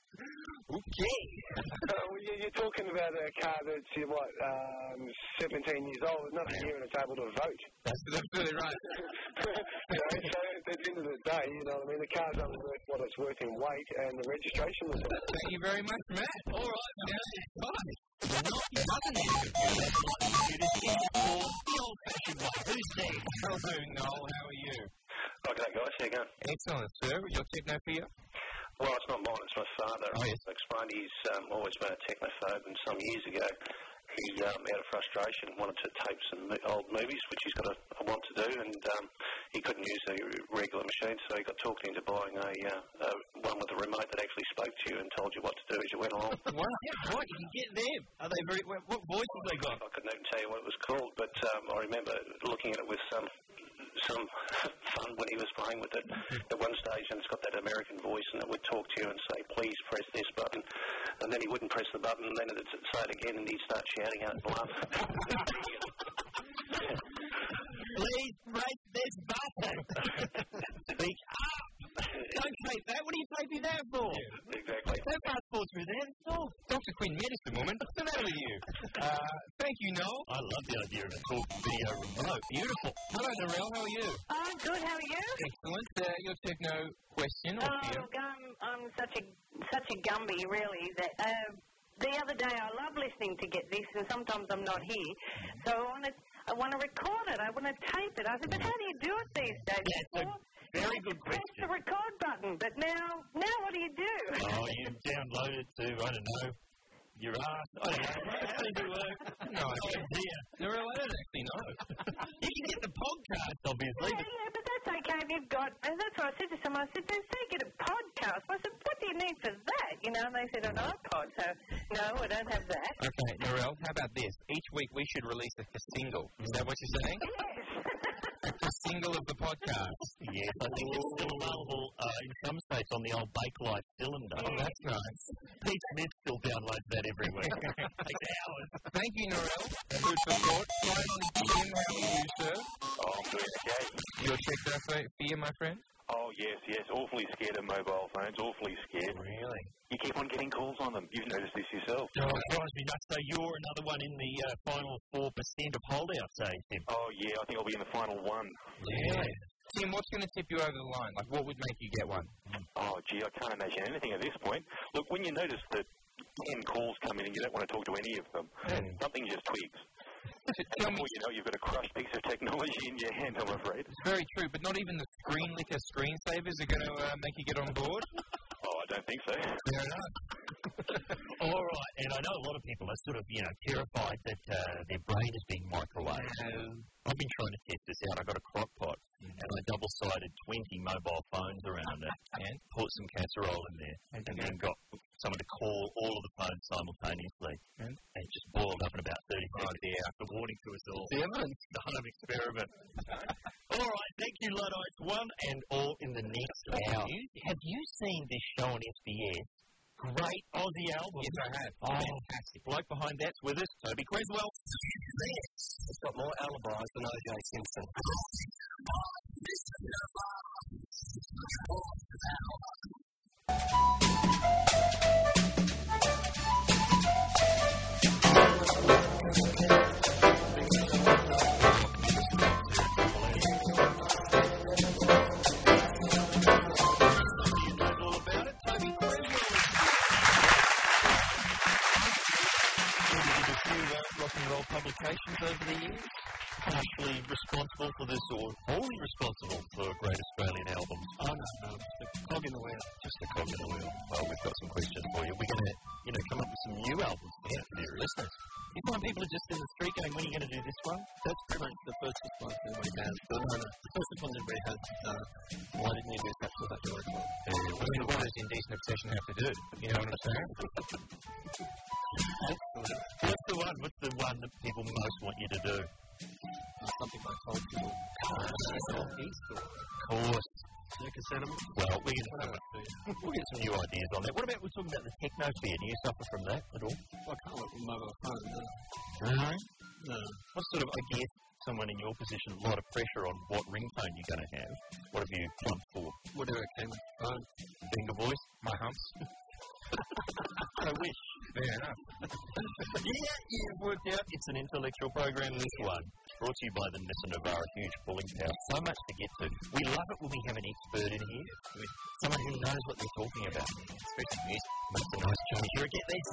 B: Okay.
J: Uh, well, you- you're talking about a car that's you're what, um, 17 years old, with nothing here on the table to vote. [laughs]
B: That's absolutely right.
J: you know, so at the end of the day, you know what I mean. The car's only worth what it's worth in weight, and the registration was.
B: Thank you very much, Matt. All right, now it's time. Hello, Noel. How are you?
J: Okay, guys, here you go.
B: Excellent, sir. Your techno fear?
J: Well, it's not mine, it's my father.
B: Oh, yes.
J: I explained he's um, always been a technophobe, and some years ago, he, um, out of frustration, wanted to tape some mo- old movies, which he's got a, a want to do, and um, he couldn't use a regular machine, so he got talked into buying a, uh, a one with a remote that actually spoke to you and told you what to do as you went along.
B: Wow. Yeah, right. You can get them. Are they very? What, what voice have they got?
J: I couldn't even tell you what it was called, but um, I remember looking at it with some some fun when he was playing with it at one stage, and it's got that American voice, and it would talk to you and say, "Please press this button," and then he wouldn't press the button, and then it'd s- say it again, and he'd start shouting out and bluff.
A: Please press this button. Speak up. Don't tape that. What do you taping that for?
J: exactly.
A: That part's for through there. Oh,
B: Dr. Quinn, medicine woman. What's the matter with you? Uh, thank you, Noel.
A: I love the idea of a talk video remote. Beautiful.
B: Hello, Narelle. How are you?
K: I'm Oh, good. How are you?
B: Excellent. Uh, your techno question or
K: Oh,
B: fear?
K: gum, I'm such a such a gumby, really. That uh, the other day I love listening to Get This, and sometimes I'm not here, so I want to I want to record it. I want to tape it. I said, but how do you do it these days?
A: That's a
K: Before,
A: very good
K: press the
A: question.
K: record button, but now now what do you do?
A: Oh, you downloaded to, I don't know, your ass. I don't know. How does it work?
B: No
A: idea.
B: Narelle, I don't actually know.
A: You can get the podcast, obviously.
K: Yeah, yeah, but that's okay. if You've got, and that's what I said to someone. I said, "They say get a podcast." I said, "What do you need for that?" You know, and they said an iPod. So no, I don't have that.
B: Okay, Narelle, how about this? Each week we should release a, a single. Is that what you're saying?
K: Yes.
B: A single of the podcast.
A: yes, I think it's still available uh, in some states on the old Bake Life cylinder.
B: Oh, that's nice.
A: Pete Smith still downloads that every week. [laughs] Takes hours.
B: Thank you, Norel. Good support. Finally, Jim, how are you, sir?
L: Oh, I'm doing okay.
B: Your check that for for you, my friend?
L: Oh, yes, yes. Awfully scared of mobile phones. Awfully scared.
B: Really?
L: You keep on getting calls on them. You've noticed this yourself.
A: Oh, it drives me nuts. So you're another one in the uh, final 4% of holdouts, eh, Tim?
L: Oh, yeah. I think I'll be in the final one.
B: Yeah. Tim, what's going to tip you over the line? Like, what would make you get one?
L: Oh, gee, I can't imagine anything at this point. Look, when you notice that 10 calls come in and you don't want to talk to any of them, something just twigs. Tell me. you know, you've got a crushed piece of technology [laughs] in your hand, I'm afraid.
B: It's very true, but not even the screen licker screensavers are going to uh, make you get on board.
L: Oh, I don't think so.
B: Fair enough.
A: All right, and I know a lot of people are sort of, you know, terrified that uh, their brain is being microwaved. I've been trying to test this out. I got a crock pot and I double sided 20 mobile phones around it and put some casserole in there and then got someone to call all of the phones simultaneously.
B: And?
A: it just boiled up in about 30 seconds yeah. after warning to us all.
B: The
A: [laughs]
B: evidence.
A: The home experiment. all right, thank you, Luddites. One and all in the next hour. Have you seen this show on SBS? Great Aussie album.
B: Yes, I have.
A: Oh, fantastic. Bloke behind that's with us, Toby Creswell.
H: It's got more alibis than O.J. Simpson.
A: a few uh, rock and roll publications over the years, partially responsible for this or wholly responsible for Great Australian Albums.
C: Oh, no, no. It's a cog in the wheel.
A: Just a cog in the wheel. Well, we've got some questions for you. We're going to, you know, come up with some new albums for yeah, their listeners. You find people are just in the street going, when are you going to do this one?
C: That's pretty much the first response everybody has. The, no, no, the first response everybody has is, uh, why didn't you do such or such a record?
B: I mean, what does indecent obsession have to do? You know what I'm saying?
A: What's the one? What's the one that people most want you to do?
C: It's something like old people. East or
A: Of course.
C: circus animals.
A: Well, we can have we'll get some new ideas on that. What about we're talking about the technosphere? Do you suffer from that at all?
C: I can't look at mobile phone. No.
A: No.
C: no.
A: What sort of, I guess, someone in your position, a lot of pressure on what ringtone you're going to have. What have you plumped for? Uh,
C: Whatever came with the phone.
A: Finger voice?
B: My humps.
A: [laughs] I wish.
B: Fair enough.
A: Yeah, yeah, worked out. It's an intellectual program, this one. Brought to you by the Nissan Navara, huge pulling power. So much to get to. We love it when we have an expert in here, with someone who knows what they're talking about. Especially music. Makes a nice change. Here, get this.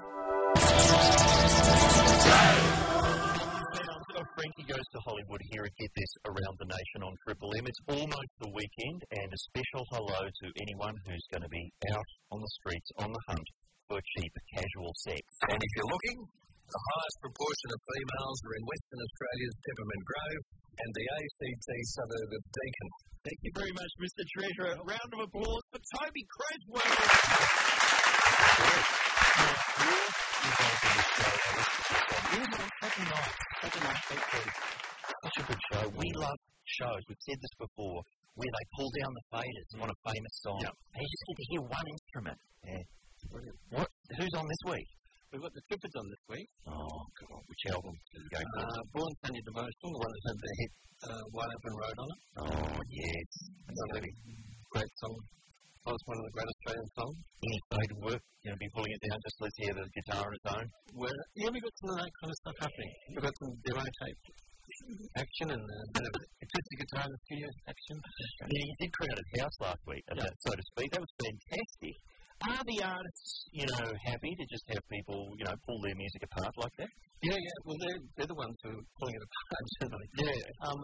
A: We've got Frankie Goes to Hollywood here at Get This Around the Nation on Triple M. It's almost the weekend, and a special hello to anyone who's going to be out on the streets on the hunt for cheap casual sex.
H: And if you're looking, the highest proportion of females are in Western Australia's Peppermint Grove and the ACT suburb of Deakin.
A: Thank you very much, Mr. Treasurer. A round of applause for Toby Creswell. Such a good show. We love shows. We've said this before, where they pull down the faders on a famous song. And you just get to hear one instrument. What? Who's on this week?
C: We've got the Trippids on this week.
A: Oh, God, which album did we go for?
C: Uh, Born Sunday Devotional, the one that had the hit uh, Wide Open Road on it.
A: Oh, yes.
C: Great song. Oh, it's one of the great Australian songs.
A: Any fade work, you know, be pulling it down, just let's hear the guitar on its own.
C: Where, yeah, we've got some of that kind of stuff happening. We've got some demo tape action and uh, a bit of acoustic guitar in the studio action.
A: Yeah, you did Crowded House last week, uh, so to speak. That was fantastic. Are the artists, you know, happy to just have people, you know, pull their music apart like that?
C: Yeah, yeah. Well, they're, they're the ones who are pulling it apart, generally. Yeah. Um,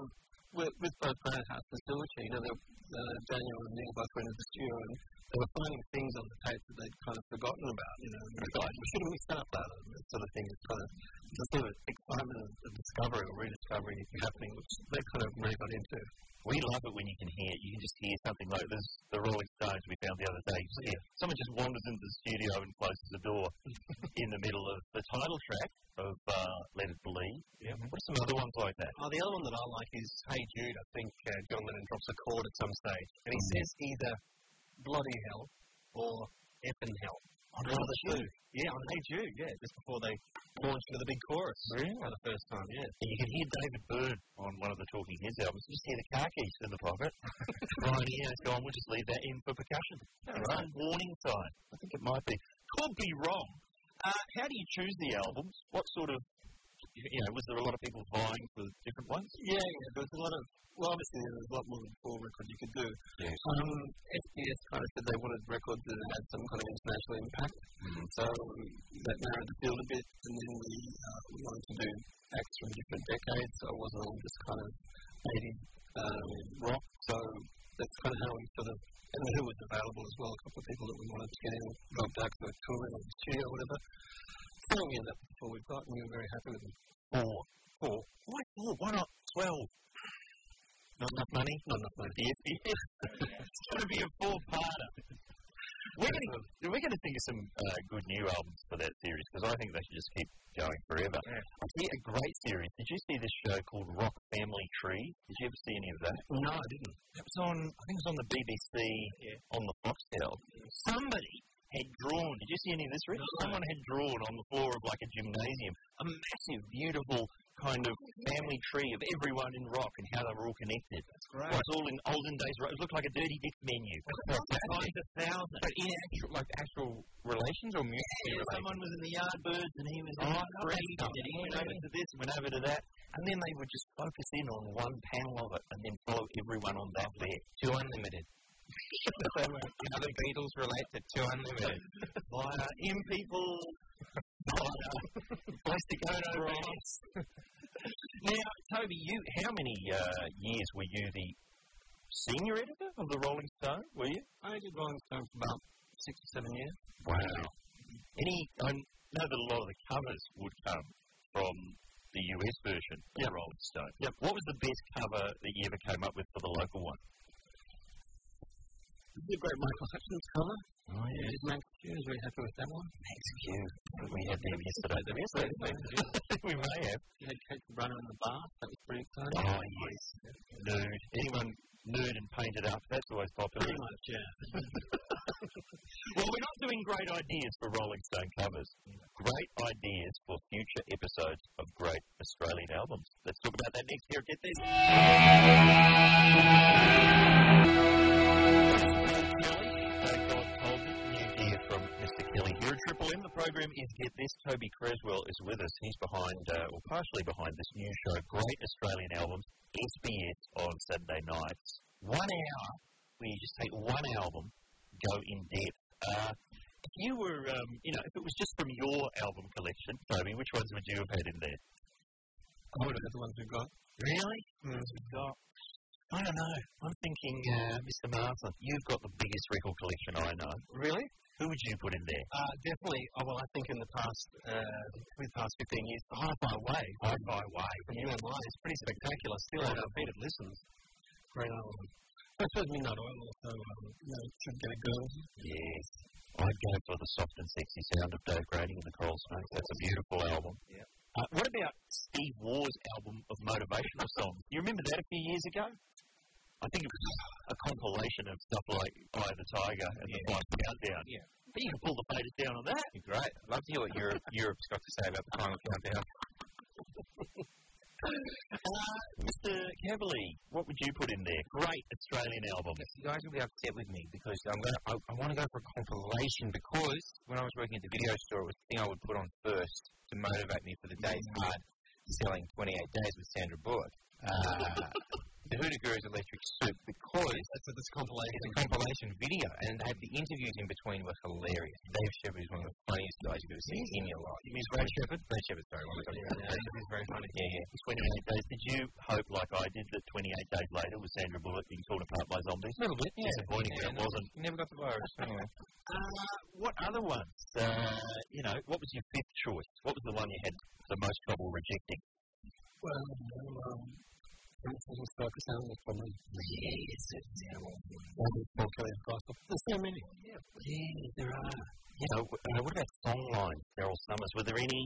C: with, with both Planet House and Silverchair, you know, they were, uh, Daniel and Neil both went into the studio and they were finding things on the tape that they'd kind of forgotten about, you know. And they like, we should have mixed that up that and that sort of thing. It's kind of the sort of excitement of, of discovery or rediscovery happening, which they kind of really got into.
A: We love it when you can hear, you can just hear something like this, the Rolling Stones we found the other day. You just
C: [laughs]
A: hear- Someone just wanders into the studio and closes the door in the middle of the title track, of uh, Let It Believe. Yeah. What are some other ones like that?
C: Oh, the other one that I like is Hey Jude. I think uh, John Lennon drops a chord at some stage, and he says either bloody hell or effing hell. On one of the two. Yeah, on Hey Jude. Yeah, just before they launch into the big chorus. Really? For the first time. Yeah.
A: And you can hear David Byrne on one of the Talking Heads albums. You just hear the car keys in the
C: [laughs]
A: pocket. right here, it's gone. We'll just leave that in for percussion. It's a warning sign. I think it might be. Could be wrong. Uh, how do you choose the albums? What sort of, you know, was there a lot of people vying for different ones?
C: Yeah, yeah, there's a lot of, well, obviously there's a lot more than four records you could do.
A: Yes.
C: Um, SBS kind of said they wanted records that had some kind of international impact, so that narrowed the field a bit, and then we uh, we wanted to do acts from different decades, so it wasn't all just kind of 80s um, rock, so that's kind of how we sort of, and who was available as well, a couple of people that we wanted to get in, Rob Duck, who were touring or the studio or whatever. So we ended up with four we've got, and we were very happy with them.
A: Four. Four. Why four? Why not twelve? Not enough money? Not enough money. Yes, yes. [laughs] it's going to be a four-parter. We're going to we're going to think of some uh, good new albums for that series because I think they should just keep going forever. I see a great series. Did you see this show called Rock Family Tree? Did you ever see any of that?
C: No, I didn't.
A: It was on. I think it was on the BBC on the Foxtel. Somebody had drawn. Did you see any of this, Rich? Someone had drawn on the floor of like a gymnasium a massive, beautiful kind of family tree of everyone in rock and how they were all connected. That's
C: great.
A: It was all in olden days. rock. It looked like a dirty dick menu. [laughs] Times a thousand.
B: But in actual, like actual relations or mutually
A: Yeah,
B: related?
A: someone was in the Yardbirds and he was in
B: Oh,
A: the Creed
B: that's
A: and he went over to this and went over to that. And then they would just focus in on one panel of it and then follow everyone on that there.
B: Two Unlimited.
A: [laughs]
B: How the Beatles relate to Two Unlimited.
A: [laughs] Via M people, [laughs] via plastic
B: Right.
A: bands. [laughs] now, Toby, you how many uh, years were you the senior editor of the Rolling Stone? Were you?
C: I did Rolling Stone for about six or seven years.
A: Wow. Any? I know that a lot of the covers would come from the US version of the Rolling Stone. Yep. What was the best cover that you ever came up with for the local one?
C: This is a great Michael Hutchins cover. Oh, yeah. Did Max Q was very happy with that one. Max Q.
A: We had them yesterday. Did we have them yesterday? [laughs] we may have.
C: You had Kate Brunner in the bath. That was pretty exciting.
A: Oh, yes. Nude. Anyone nude and painted up, that's always popular.
C: Pretty much, yeah.
A: [laughs] Well, we're not doing great ideas for Rolling Stone covers. Great ideas for future episodes of great Australian albums. Let's talk about that next year. Get this. Kelly, God told me, new gear from Mr. Kelly here at Triple M. The program is Get This. Toby Creswell is with us. He's behind, uh, or partially behind, this new show, Great Australian Albums, SBS, on Saturday nights. One hour where you just take one album, go in depth. Uh, if you were, um, you know, if it was just from your album collection, Toby, which ones would you have had in there?
C: I would have had the ones we've got.
A: Really?
C: Mm.
A: I don't know. I'm thinking, uh, Mr. Martin, you've got the biggest record collection I know.
C: Really?
A: Who would you put in there?
C: Uh, definitely. Oh, well, I think in the past, uh, the past 15 years, the Hi-Fi Way. Hi-Fi Way. From UMI is pretty spectacular. Still have repeated listens. Great album. I suppose Midnight Oil also, um, you know, should get a go.
A: Yes. I'd go for the soft and sexy sound of Dave Grading and the Coral Snakes. That's a beautiful album. Yeah. Uh, what about Steve War's album of motivational songs? You remember that a few years ago? I think it was a compilation of stuff like "Eye of the Tiger" and the Five Countdown.
B: Yeah.
A: But you can pull the faders down on that.
B: Great. I'd love to hear what Europe, Europe's got to say about the final countdown.
A: Mr. Cavalier, Uh, what would you put in there? Great Australian album.
B: You guys will be upset with me because I'm gonna, I, I want to go for a compilation because when I was working at the video store, it was the thing I would put on first to motivate me for the day's
A: Mm.
B: hard selling 28 days with Sandra Bullock. Uh, the Huda Guru's Electric Soup because
C: That's what this compilation
B: it's a compilation video and they had the interviews in between were hilarious. Dave Shepard is one of the funniest guys you've ever seen in your life. You mean Brad Shepard? Brad Shepard, sorry. One of the He's very funny. Yeah, yeah.
A: 28 days. Did you hope, like I did, that 28 days later was Sandra Bullock being torn apart by zombies?
B: A little bit, yeah.
A: Disappointing
B: yeah,
A: that
B: no,
A: wasn't.
B: You never got the virus. Anyway.
A: Uh, what other ones? Uh, you know, what was your fifth choice? What was the one you had the most trouble rejecting?
C: Well, um, Francis Parker Sound was probably yes, it's terrible. Paul Kelly's gospel. There's so many. Yeah, there are.
A: You know, w- uh, what about song lines? Daryl Summers. Were there any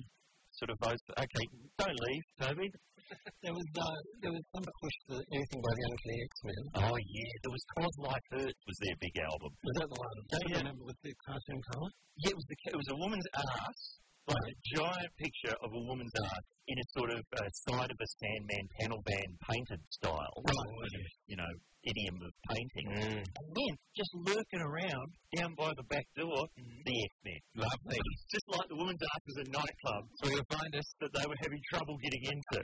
A: sort of votes. Okay, don't leave, Toby.
C: [laughs] There was uh, there was some push for anything by the Uncanny X Men.
A: Oh yeah, there was Cause Life Hurts was their big album.
C: Was that the one? Don't you remember with the cartoon colour?
A: Yeah, it was the it was a woman's ass, like a giant picture of a woman's ass in a sort of uh, side of a Sandman panel van painted style, sort of, you know, idiom of painting. And then just lurking around down by the back door, the X Men. Mm. Lovely. [laughs] Just like the woman's ass was a nightclub, so you find us that they were having trouble getting [laughs] into.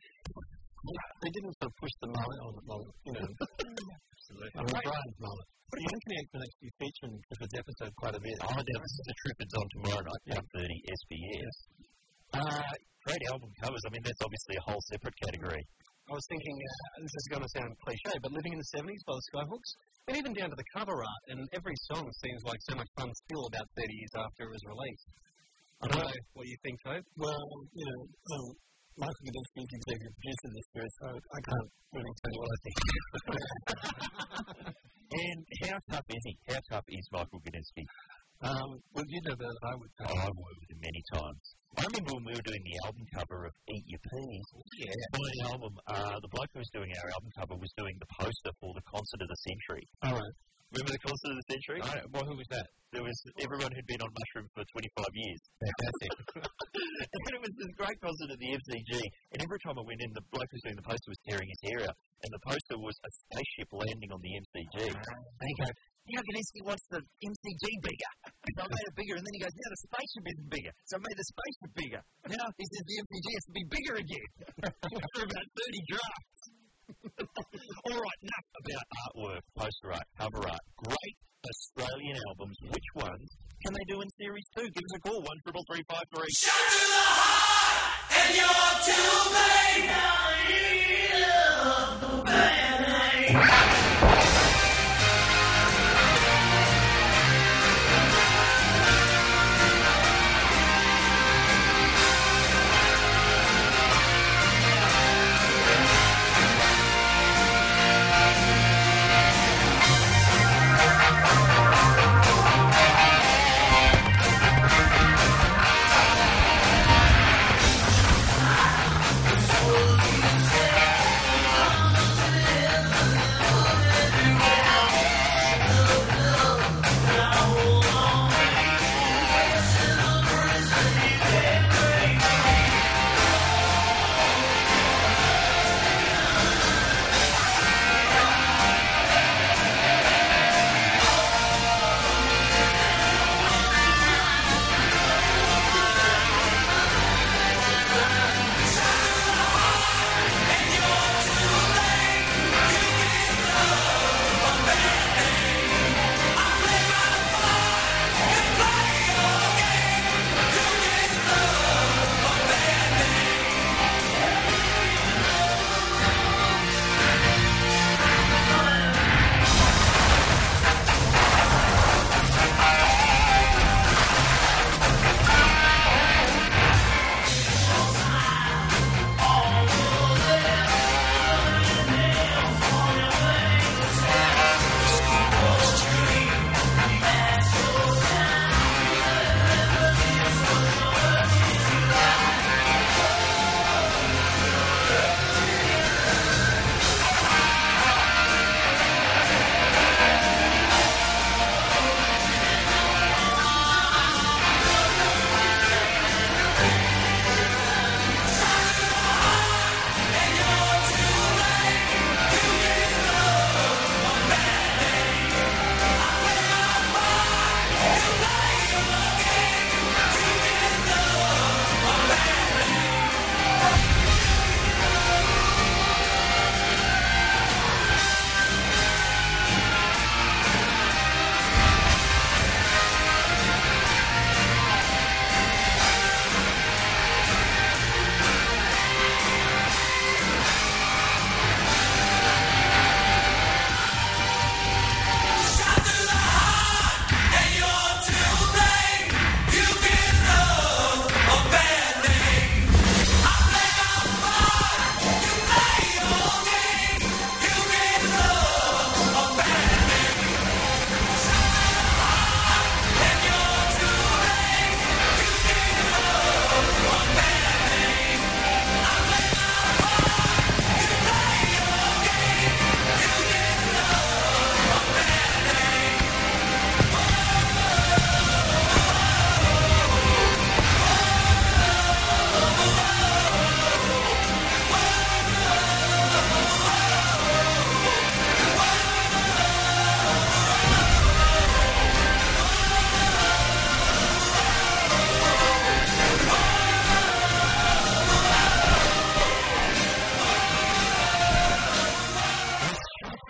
C: They didn't sort of push the mullet on the mullet, you
A: [laughs]
C: know. Absolutely.
A: Right.
C: Brian's mullet. But the Uncanny X Men actually featured in Clifford's episode quite a bit.
A: Oh, that was the Troopers on tomorrow night, yeah. 1.30 SBS. Uh, great album covers. I mean, that's obviously a whole separate category.
C: I was thinking, uh, this is going to sound cliche, but living in the 70s by the Skyhooks, and even down to the cover art, and every song seems like so much fun still about 30 years after it was released. I don't know what you think, Hope. Well, you know, um, Michael Gudinski is executive producer of this series, so I can't really tell you what I think.
A: And how tough is he? How tough is Michael Gudinski?
C: um, well, you know that I would say.
A: Oh, I've worked with him many times. I remember when we were doing the album cover of Eat Your Peas. Yeah. My album, uh, the bloke who was doing our album cover was doing the poster for the concert of the century.
C: All right.
A: Remember the concert of the century? well, who was that? There was everyone who'd been on mushroom for 25 years. Fantastic. [laughs] and it was this great concert at the MCG. And every time I went in, the bloke who was doing the poster was tearing his hair out. And the poster was a spaceship landing on the MCG. And he goes, how can he wants the MCG bigger? So I made it bigger, and then he goes, now the spaceship isn't bigger. So I made the spaceship bigger. Now he says the MCG has to be bigger again. [laughs] After about 30 drafts. [laughs] All right, enough about artwork, poster art, cover art. Great Australian albums. Which ones can they do in series two? Give us a call one triple three five three.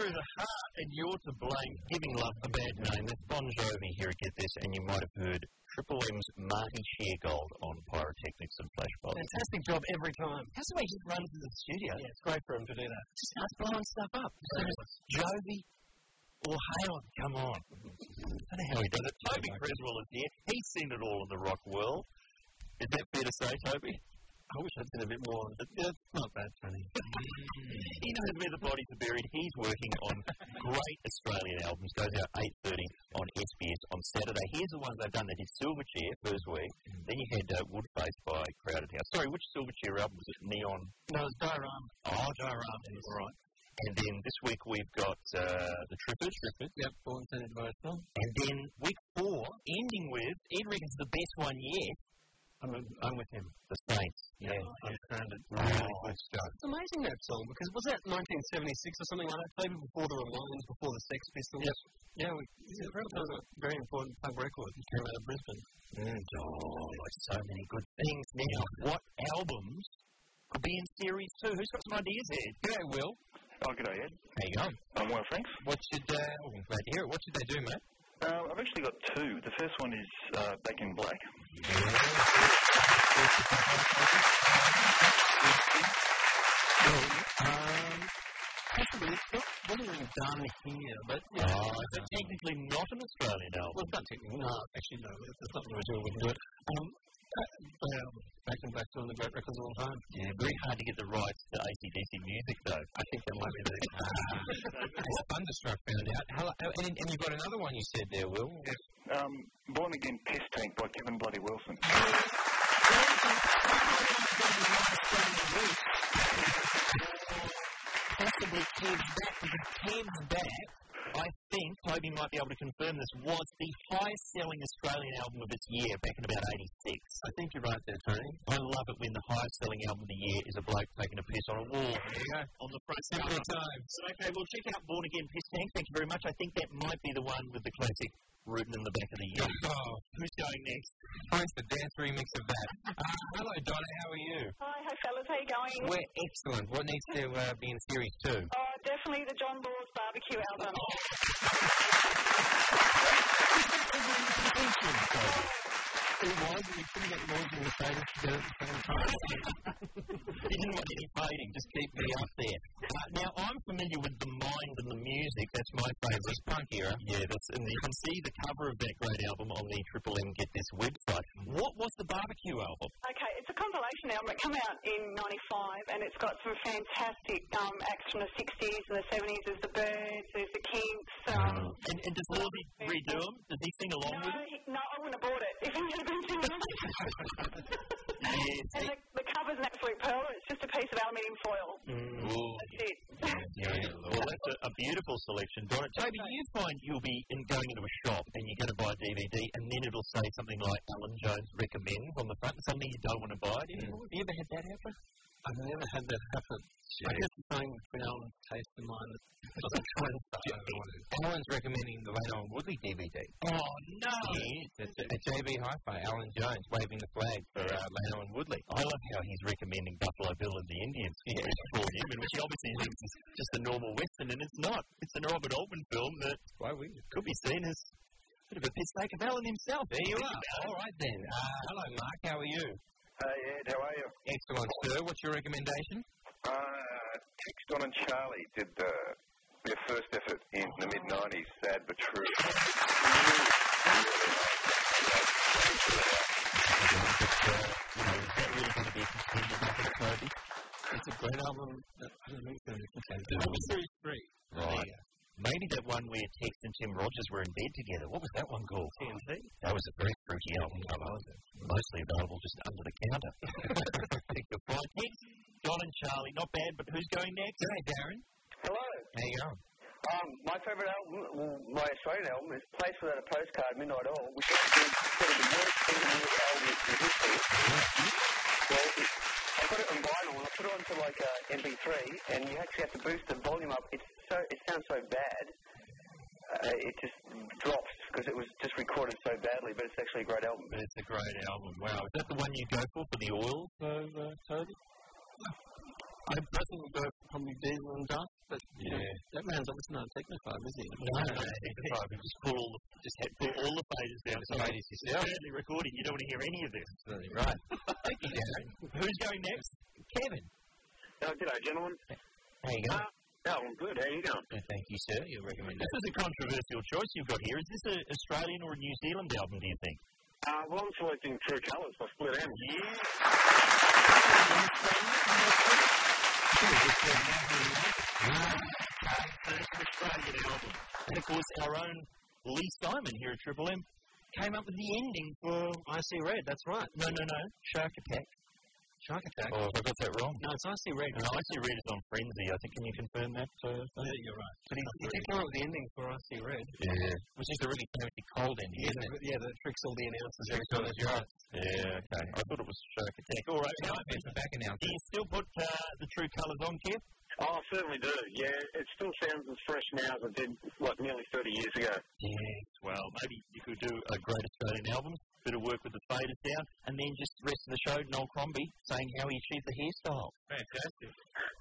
A: Aha, and you're to blame. Giving love a bad name. That's Bon Jovi here at Get This, and you might have heard Triple M's Marty Sheargold on Pyrotechnics and Flashbulbs.
M: Fantastic job every time. How's the way he runs to the studio? Yeah, it's great for him to do that. Just starts blowing stuff
A: [laughs]
M: up. Jovi
A: Well, Halen, come on. I don't know how he does it. Toby Creswell is here. He's seen it all in the rock world. Is that fair to say, Toby? I wish I'd seen a bit more. But that's not bad, Tony. he knows where the bodies are buried. He's working on great Australian albums. Goes out 8.30 on SBS on Saturday. Here's the ones they've done. They did Silverchair first week. Then you had uh, Woodface by Crowded House. Sorry, which Silverchair album was it? Neon? No, it's Diorama. Oh, Diorama. Yes. All right. And then this week we've got uh, the Trippers. Trippers, yep, Born Centered And then week four, ending with, Ed reckons the best one yet. I'm, I'm with him. The Saints. Yeah, I've found it really good stuff.
M: Oh, It's amazing that song because was that 1976 or something like that? Maybe before the Ramones, before the Sex Pistols. Yes. Yeah, we, yeah, that was a very important punk record that came out of Brisbane.
A: Mm, oh, like so many good things. Now, what albums could be in series two? Who's got some ideas here?
B: Yeah, Will.
L: Oh, good Ed.
B: How you going?
L: I'm well, thanks.
B: What should uh, oh, I'm glad to hear it. What should they do, mate?
L: Uh, I've actually got two. The first one is uh, Back in Black.
M: Um, possibly, it's not, wasn't really done here, but yeah.
A: Oh, is that technically not an Australian album?
M: Well, it's not technically, no, actually, no, that's not what we're doing, we can do it. Um, uh, um, back and back doing the great records all the time.
A: Yeah, very hard to get the rights to ACDC music, though. I think that might be the
B: As Thunderstruck found out. How, how- and, and you've got another one you said there, Will.
L: Um, Born Again Piss Tank by Kevin Bloody Wilson.
A: possibly Kids Back. Because Kids Back, I think, Toby might be able to confirm this, was the highest selling Australian album of its year back in about 86.
M: I think you're right there, Tony.
A: I love it when the highest selling album of the year is a bloke taking a piss on a wall. There you go. On the front cover. So, okay, well, check out Born Again Piss Tank. Thank you very much. I think that might be the one with the classic rootin' in the back of the year.
B: Oh,
A: Who's going next?
B: thanks the dance remix of that. Uh, hello, Donna. How are you?
K: Hi, hi fellas, how you going?
B: We're excellent. What needs to uh, be in series two?
K: Oh, definitely the John Laws barbecue album.
M: It was, we couldn't get Lloyd and Mercedes together at the same time.
A: You didn't want any fading, just keep me up there. Uh, now, I'm familiar with the mind and the music. That's my favourite. punk era. Yeah, that's, and you can see the cover of that great album on the Triple M Get This website. What was the barbecue album?
K: Okay, it's a compilation album. It came out in '95, and it's got some fantastic um, acts from the '60s and the '70s. There's the Birds, there's the Kinks. Um,
A: And, and does Lordy redo them? Does he sing along
K: no,
A: with them?
K: he, no, I wouldn't have bought it if he had been singing. along.
A: Yes.
K: and the, the cover's an absolute pearl. It's just a piece of aluminium foil.
A: Ooh.
K: That's it.
A: Yeah, well, that's a, a beautiful selection, Donna. Toby, you find you'll be in going into a shop and you're going to buy a DVD, and then it'll say something like Alan Jones recommends on the front, something you don't want to buy. Do you, Have you ever had that happen?
M: I've never had that happen. I guess it's something between Alan's taste and mine that doesn't coincide. I don't know.
B: [laughs] Alan's recommending the Late Old Woodley DVD.
A: Oh, no.
B: That's a, a JB Hi-Fi, Alan Jones waving the flag for uh, Lane Owen Woodley.
A: I love how he's recommending Buffalo Bill and the Indians yeah. for him, and which he obviously thinks is just a normal Western, and it's not. It's an Robert Altman film that
B: Why we?
A: could be seen as a bit of a piss take of Alan himself.
B: There you are. All right then. Uh, hello, Mark. How are you?
L: Hey, Ed, how are you?
B: Excellent, sir. What's your recommendation?
L: Uh, Tex, Don and Charlie did the, their first effort in the mid-90s, Sad But True.
A: Is that really going to be a contender, do you think, Toby?
M: It's a great album. that I don't think it's going to
B: series three.
A: Right. Maybe that one where Tex and Tim Rogers were in bed together. What was that one called? TNT. That was a very spooky album cover. Mostly available just under the
B: [laughs]
A: counter. Pick your find. Tex, John and Charlie, not bad, but who's going next?
B: G'day, Darren.
J: Hello.
B: How you going?
J: Um, my favourite album, well, my Australian album, is Place Without a Postcard, Midnight Oil, which is considered the worst single album in history. Well, it- I got it on vinyl and I put it onto like a MP3, and you actually have to boost the volume up. It's so it sounds so bad. Uh, it just drops because it was just recorded so badly, but it's actually a great album.
A: But it's a uh, great album. Wow. Is that the one you go for for the oil?
C: I personally would go for probably Diesel and Duff, but you know,
B: Yeah.
C: that man's obviously not a technophobe, is he?
A: No, no, technophobe. He just pull all the, just had, pull all the pages down. So it's certainly recording. You don't want to hear any of this.
C: Right.
A: Thank you, Darren. Who's going next? Kevin.
J: Oh, g'day, gentlemen.
A: How you going?
J: Oh, I'm good. How you going?
A: Good, thank you, sir. Your recommendation. This is a controversial choice you've got here. Is this an Australian or a New Zealand album, do you think?
J: Uh, well, I'm selecting True Colours by Split Envy.
A: Yeah. And of course, our own Lee Simon here at Triple M came up with the ending for I See Red. That's right. No, no, no. Shark Attack.
C: Shark Attack.
A: Oh, have I got that wrong?
C: No, it's I See Red.
A: No, I See Red is on Frenzy. I think can you confirm that? Uh,
C: Yeah, you're right.
A: But he's,
C: If you come up with the ending for I See Red,
A: yeah. Which is a really fancy cold ending,
C: yeah,
A: isn't it?
C: the, yeah, that tricks all the announcers every time
A: Shark
C: they drive.
A: Yeah, okay. I thought it was Shark Attack. All right, now I've been back announced. Do you still put uh, the true colours on, Kev?
J: Oh, I certainly do. Yeah, it still sounds as fresh now as it did like nearly 30 years ago.
A: Yes, well, maybe you could do a great Australian album, bit of work with the faders down, and then just the rest of the show, Noel Crombie saying how he achieved the hairstyle.
B: Fantastic.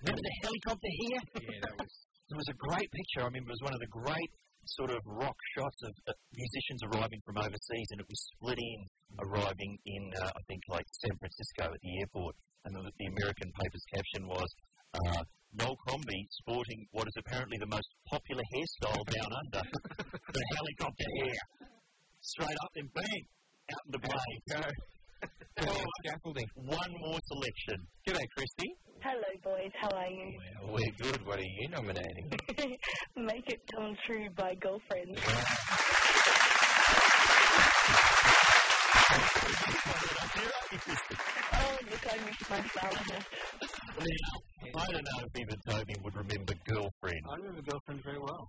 A: Remember the helicopter here?
B: Yeah, that was
A: [laughs] It was a great picture. I remember it was one of the great sort of rock shots of uh, musicians arriving from overseas, and it was split in, arriving in, uh, I think, like San Francisco at the airport. And the, the American paper's caption was uh, Noel Crombie sporting what is apparently the most popular hairstyle down under the helicopter hair. Straight up and bang, out in the plane. [laughs] Oh,
B: scaffolding.
A: One more selection. G'day, Christy.
N: Hello, boys. How are you?
B: We're good. What are you nominating?
N: [laughs] Make It Come True by Girlfriends. oh, look, I miss my father.
A: I don't know if even Toby would remember Girlfriend.
C: I remember Girlfriend very well.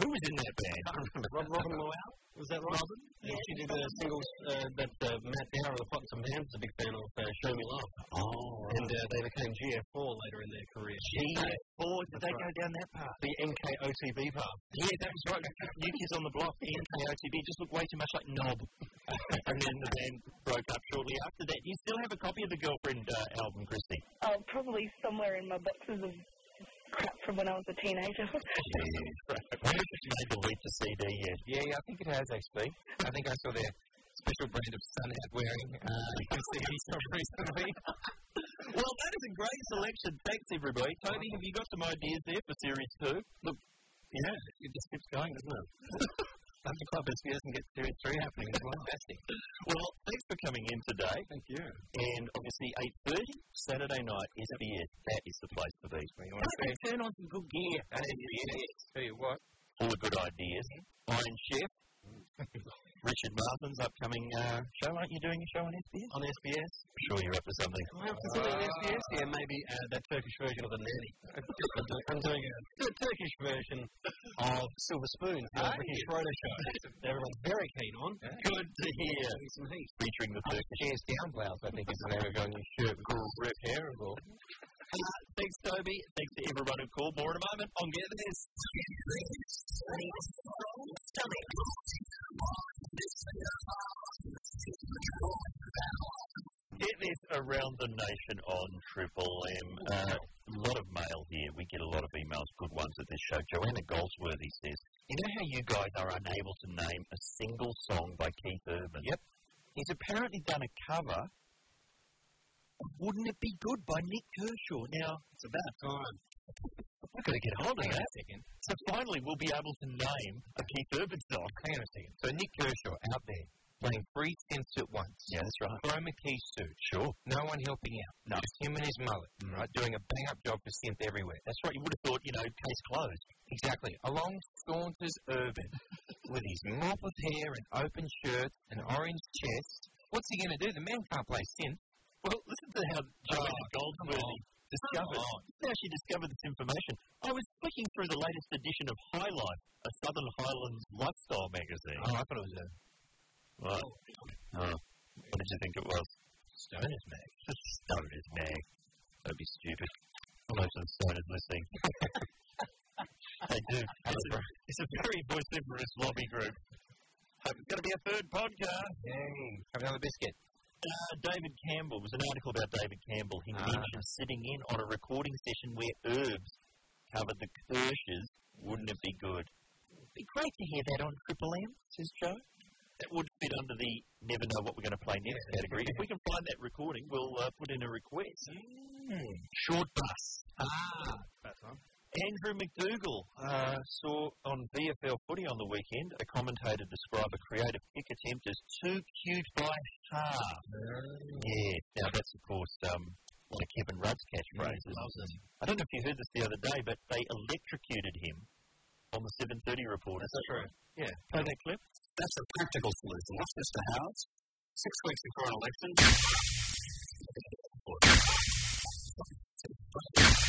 A: Who was in that band? I remember.
C: Rob, Robin Lowell, was that Robin? Yeah. She did a single uh, that uh, Matt Dower of the Pots and Pans is a big fan of, uh, Show Me Love.
A: Oh,
C: And uh, they became GF4 later in their career.
A: GF4? Did
C: That's
A: they
C: right.
A: go down that path?
C: The NKOTB part.
A: Yeah, that was right. New Kids on the Block, NKOTB, just looked way too much like
C: [laughs]
A: Knob. and then the band broke up shortly after that. You still have a copy of the Girlfriend uh, album, Christy?
N: Oh, probably somewhere in my boxes of crap from when I was a teenager.
A: [laughs] Yeah. Right. I wonder if it's made the leap to uh, CD yet.
B: Yeah, yeah, I think it has actually. I think I saw their special brand of sun hat wearing
A: [laughs]
B: uh, [laughs] CD stuff recently.
A: Well, that is a great selection. Thanks, everybody. Tony, have you got some ideas there for Series 2? Look,
C: Yeah, it just keeps going,
A: [laughs]
C: doesn't it? That's the club is we doesn't get Series 3 happening as well.
A: well, thanks for coming in today.
C: Thank you.
A: And obviously, 8.30, Saturday night, SBS. That is the place to be. Turn on some good gear.
B: That is it. Tell you what,
A: All the good ideas. Iron
C: [laughs]
A: Chef. Richard Martin's upcoming uh, show. Aren't you doing a show on SBS?
C: On SBS?
A: I'm sure you're up for something.
C: I have to something on SBS here, maybe uh, that Turkish version of the nanny. I'm doing- [laughs] I'm doing a a [laughs] Turkish version of Silver Spoon, the
B: Ah,
C: Ricky
B: yes.
C: Schroeder show. that Everyone's very keen on.
A: Good to hear.
C: Getting some heat.
A: Featuring the Turkish.
B: Cheers Down Blouse, I think is the name of our new shirt. Repairable.
A: Uh, Thanks, Toby. Thanks to everyone who called. More in a moment on Get This. It is around the nation on Triple M. Uh, a lot of mail here. We get a lot of emails, good ones at this show. Joanna Goldsworthy says, You know how you guys are unable to name a single song by Keith Urban? Yep. He's apparently done a cover of Wouldn't It Be Good by Nick Kershaw. Now, it's about time. We've got to get hold of that. So finally, we'll be able to name a Keith Urban song.
B: Hang on a second. So Nick Kershaw out there playing three synths at once.
A: Yeah, that's right.
B: Chroma key suit.
A: Sure.
B: No one helping out.
A: No.
B: Just him and his mullet, right? Doing a bang up job for synth everywhere.
A: That's right. You would have thought, you know, case closed.
B: Exactly. Along saunters Urban with his mop of hair and open shirt and orange chest. What's he going to do? The man can't play Oh, synth.
A: Well, listen to how Joanna Goldsworthy discovered. This is how she discovered this information. I was flicking through the latest edition of High Life, a Southern Highlands lifestyle magazine.
B: Oh, I thought it was a
A: Right. Oh. What did you think it was? Stoner's Mag. Stoner's Mag. That'd be stupid. I know some stoners [laughs] listening. they do. It's a, it's a very vociferous lobby group. Hope it's going to be a third podcast.
B: Have another biscuit.
A: Uh, David Campbell. It was an article about David Campbell. He mentioned sitting in on a recording session where herbs covered the Kirsches. Wouldn't it be good? It'd be great to hear that on Triple M, says Joe. That would fit under the never know what we're going to play next category. If we can find that recording, we'll uh, put in a request. Short bus. Ah,
E: That's one.
A: Andrew McDougall uh, saw on VFL footy on the weekend a commentator describe a creative kick attempt as too cute by half. Yeah, now that's of course um, one of Kevin Rudd's catchphrases. I don't know if you heard this the other day, but they electrocuted him on the 7:30 report. Is that true? Yeah. Play that clip.
H: That's a practical solution. What's Mr. Howard's? Six weeks before an election.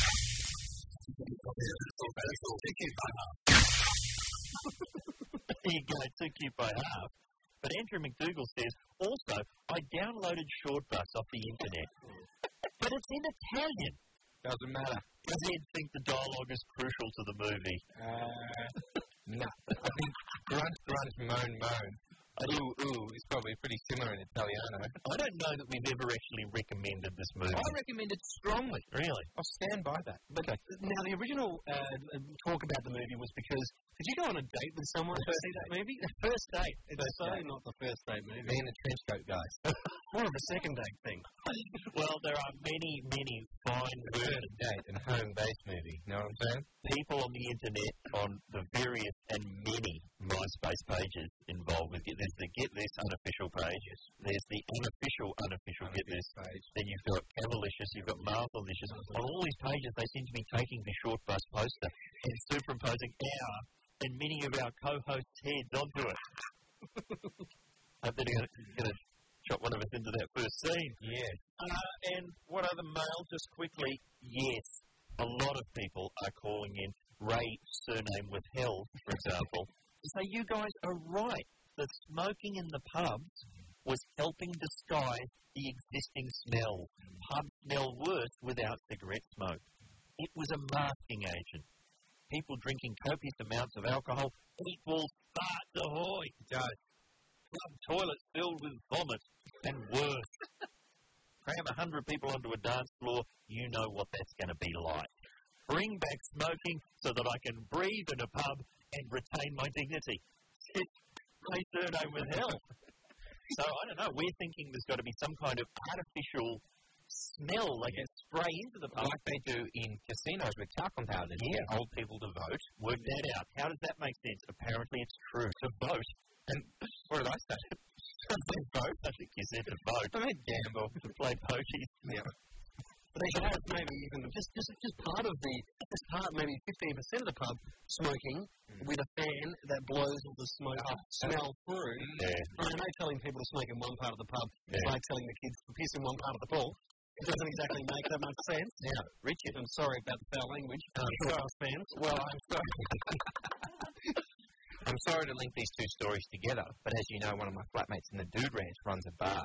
A: [laughs] there you go, too cute by half. But Andrew McDougall says, also, I downloaded Shortbus off the internet. but it's in Italian.
B: Doesn't matter.
A: Does Ed think the dialogue is crucial to the movie?
B: Uh, [laughs] no. I think grunt, grunt, moan, moan. Ooh, ooh is probably pretty similar in Italiano.
A: I don't know that we've ever actually recommended this movie.
B: I recommend it strongly.
A: Really?
B: I'll stand by that.
C: Okay. Now, the original uh, uh, talk about the movie was because did you go on a date with someone to see that movie? The first date. It's
B: First
C: so
B: date.
C: not the first date movie.
B: Me and the trench coat guys.
C: [laughs] More of a second date thing.
A: Well, there are many, many fine
B: First
A: words.
B: date and home base movie. Know what I'm saying?
A: People on the internet on the various and many MySpace pages involved with it. There's the Get This unofficial pages. There's the unofficial, unofficial Get This
B: page.
A: Then you've got Cavalicious, you've got Marthalicious. On all these pages, they seem to be taking the short bus poster and superimposing our and many of our co-hosts' heads onto it. I bet you're going to chop one of us into that first scene.
B: Yeah.
A: Uh, and what other mail, just quickly? Yes, a lot of people are calling in Ray surname withheld, for example, to say you guys are right. The smoking in the pubs was helping disguise the existing smell. Pubs smell worse without cigarette smoke. It was a masking agent. People drinking copious amounts of alcohol equals farts ahoy.
B: Does.
A: Club toilets filled with vomit and worse. [laughs] Cram a hundred people onto a dance floor, you know what that's going to be like. Bring back smoking so that I can breathe in a pub and retain my dignity. It's my surname with hell. So I don't know. We're thinking there's got to be some kind of artificial smell they can spray into the pub.
B: Like they do in casinos with talcum powder. to get Old people to vote.
A: Work that out. How does that make sense? Apparently, it's true to vote.
B: And what did I
A: [laughs]
B: say?
A: vote. I think you said to vote.
B: I meant gamble.
A: To play pokies.
C: But they should have maybe even just, just just part of the just part maybe fifteen percent of the pub smoking with a fan that blows all the smoke smell through.
A: Yeah.
C: I know telling people to smoke in one part of the pub is
A: Yeah.
C: like telling the kids to piss in one part of the pool. It doesn't exactly make that much sense. Yeah, Uh, Richard, I'm sorry about the foul language. for us fans.
B: Well, I'm sorry. [laughs] I'm sorry to link these two stories together, but as you know, one of my flatmates in the Dude Ranch runs a bar,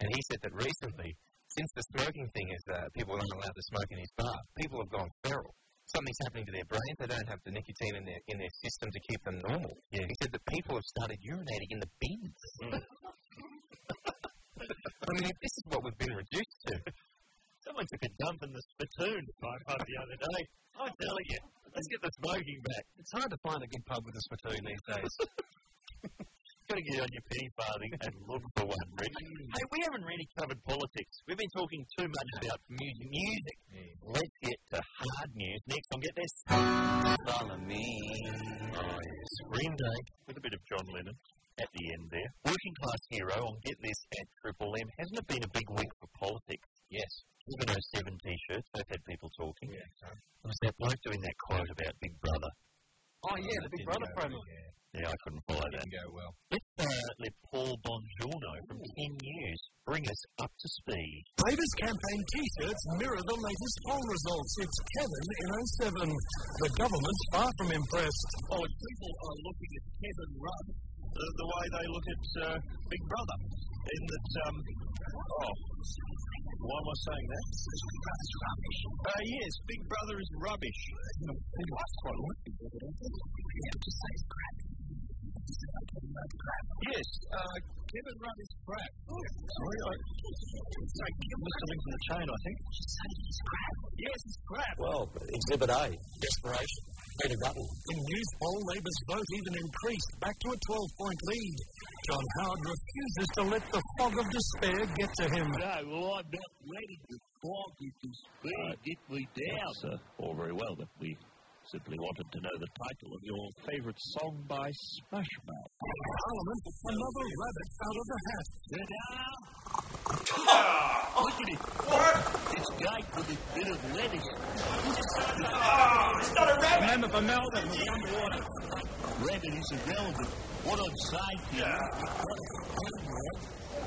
B: and he said that recently, since the smoking thing is uh, people aren't allowed to smoke in his bar, people have gone feral. Something's happening to their brains. They don't have the nicotine in their in their system to keep them normal. He said that people have started urinating in the bins. [laughs] I mean, if this is what we've been reduced to.
A: Someone took a dump in the spittoon at five pub the other day. I'm telling you, let's get the smoking back.
C: It's hard to find a good pub with a spittoon these
A: [laughs]
C: days.
A: Got to get on your penny farthing and look for one, Rich. Hey, we haven't really covered politics. We've been talking too much about music. Music. Let's get to hard news next. I'll get this. Follow me. Oh, yes. Green Day with a bit of John Lennon at the end there. Working class hero on Get This at Triple M. Hasn't it been a big week for politics? Yes. Even 07 t-shirts, they've had people talking. Yeah, There was that bloke doing that quote about Big Brother.
C: oh yeah, the Big Brother promo.
A: Yeah, I couldn't follow that.
B: Didn't go well.
A: Let's uh, let Paul Bongiorno from 10 News bring us up to speed.
G: Labor's campaign T-shirts mirror the latest poll results. It's Kevin in 07. The government's far from impressed.
H: Oh, if people are looking at Kevin Rudd the, the way they look at uh, Big Brother. In that, um, oh, why am I saying that? rubbish.
O: eh?
H: Uh, yes, Big Brother is rubbish. I quite like Big Brother. You have to say crap.
O: Yes, uh, Kevin Rudd is crap.
P: Really?
O: So Kevin was the link in the chain, I think. Yes, it's crap.
D: Well, Exhibit A, desperation. Peter Dutton.
Q: In youth poll, Labor's vote even increased, back to a 12-point lead. John Howard refuses to let the fog of despair get to him.
A: No, well, I'm not ready to flog you to despair. Get me down.
R: Yes, uh, all very well, but we simply wanted to know the title of your favourite song by Smash Mouth.
Q: Parliament, another rabbit out of the hat.
A: Ah, look at it. What? It's gate with its bit of lettuce. Oh, it's not a rabbit. Remember for Melbourne was underwater. Rabbit is irrelevant. What I'm saying to you, I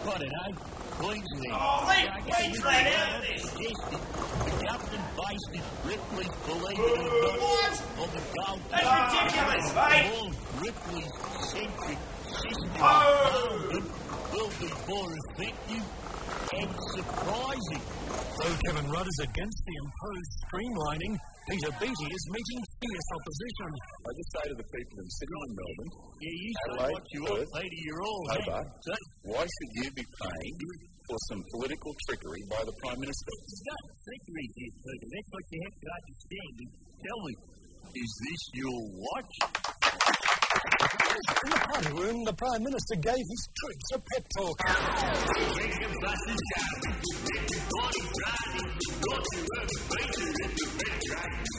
A: don't know, Queensland.
R: Oh, leave
A: Yeah, I guess
R: Queensland
A: you-
R: out of this.
A: Yes, the the government based its Ripley's belief in the
R: What?
A: on the Gold
R: That's
A: Coast.
R: ridiculous, mate.
A: All Ripley's centric system of
R: Oh.
A: government will be more effective and surprising.
Q: Though Kevin Rudd is against the imposed streamlining, Peter Beattie is meeting fierce opposition.
D: I just say to the people in Sydney and Melbourne,
A: yeah, you
D: Adelaide,
A: what you want,
D: Perth,
A: Peter, you're all
D: Hobart, why should you be paying for some political trickery by the Prime Minister?
A: There's no trickery here, Peter. That's what you have to understand. Tell me, is this your watch?
Q: In the party room, the Prime Minister gave his troops a pep talk.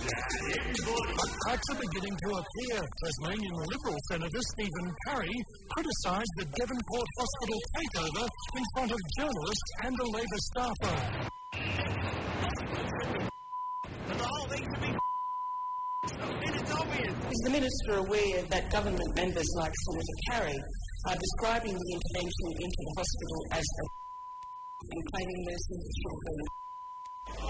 Q: But cracks are beginning to appear. Tasmanian Liberal Senator Stephen Parry criticised the Devonport Hospital takeover in front of journalists and a Labor staffer.
S: Is the Minister aware that government members like Senator Carey are describing the intervention into the hospital as a and claiming nurses should be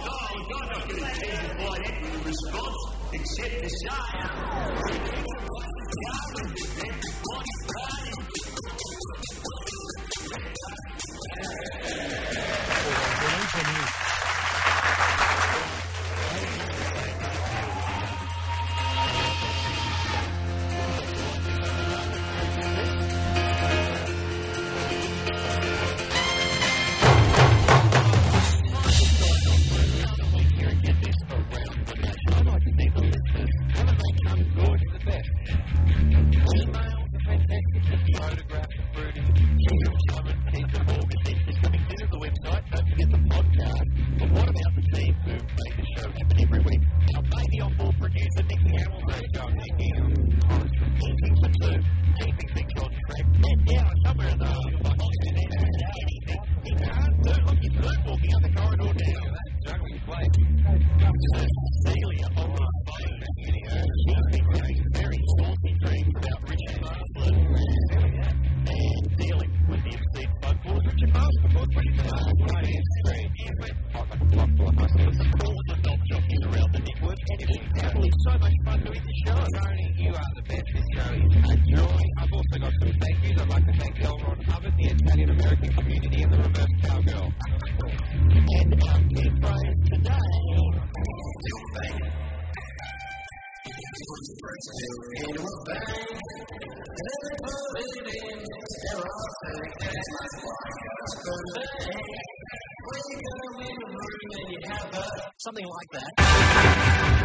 O: Something like that.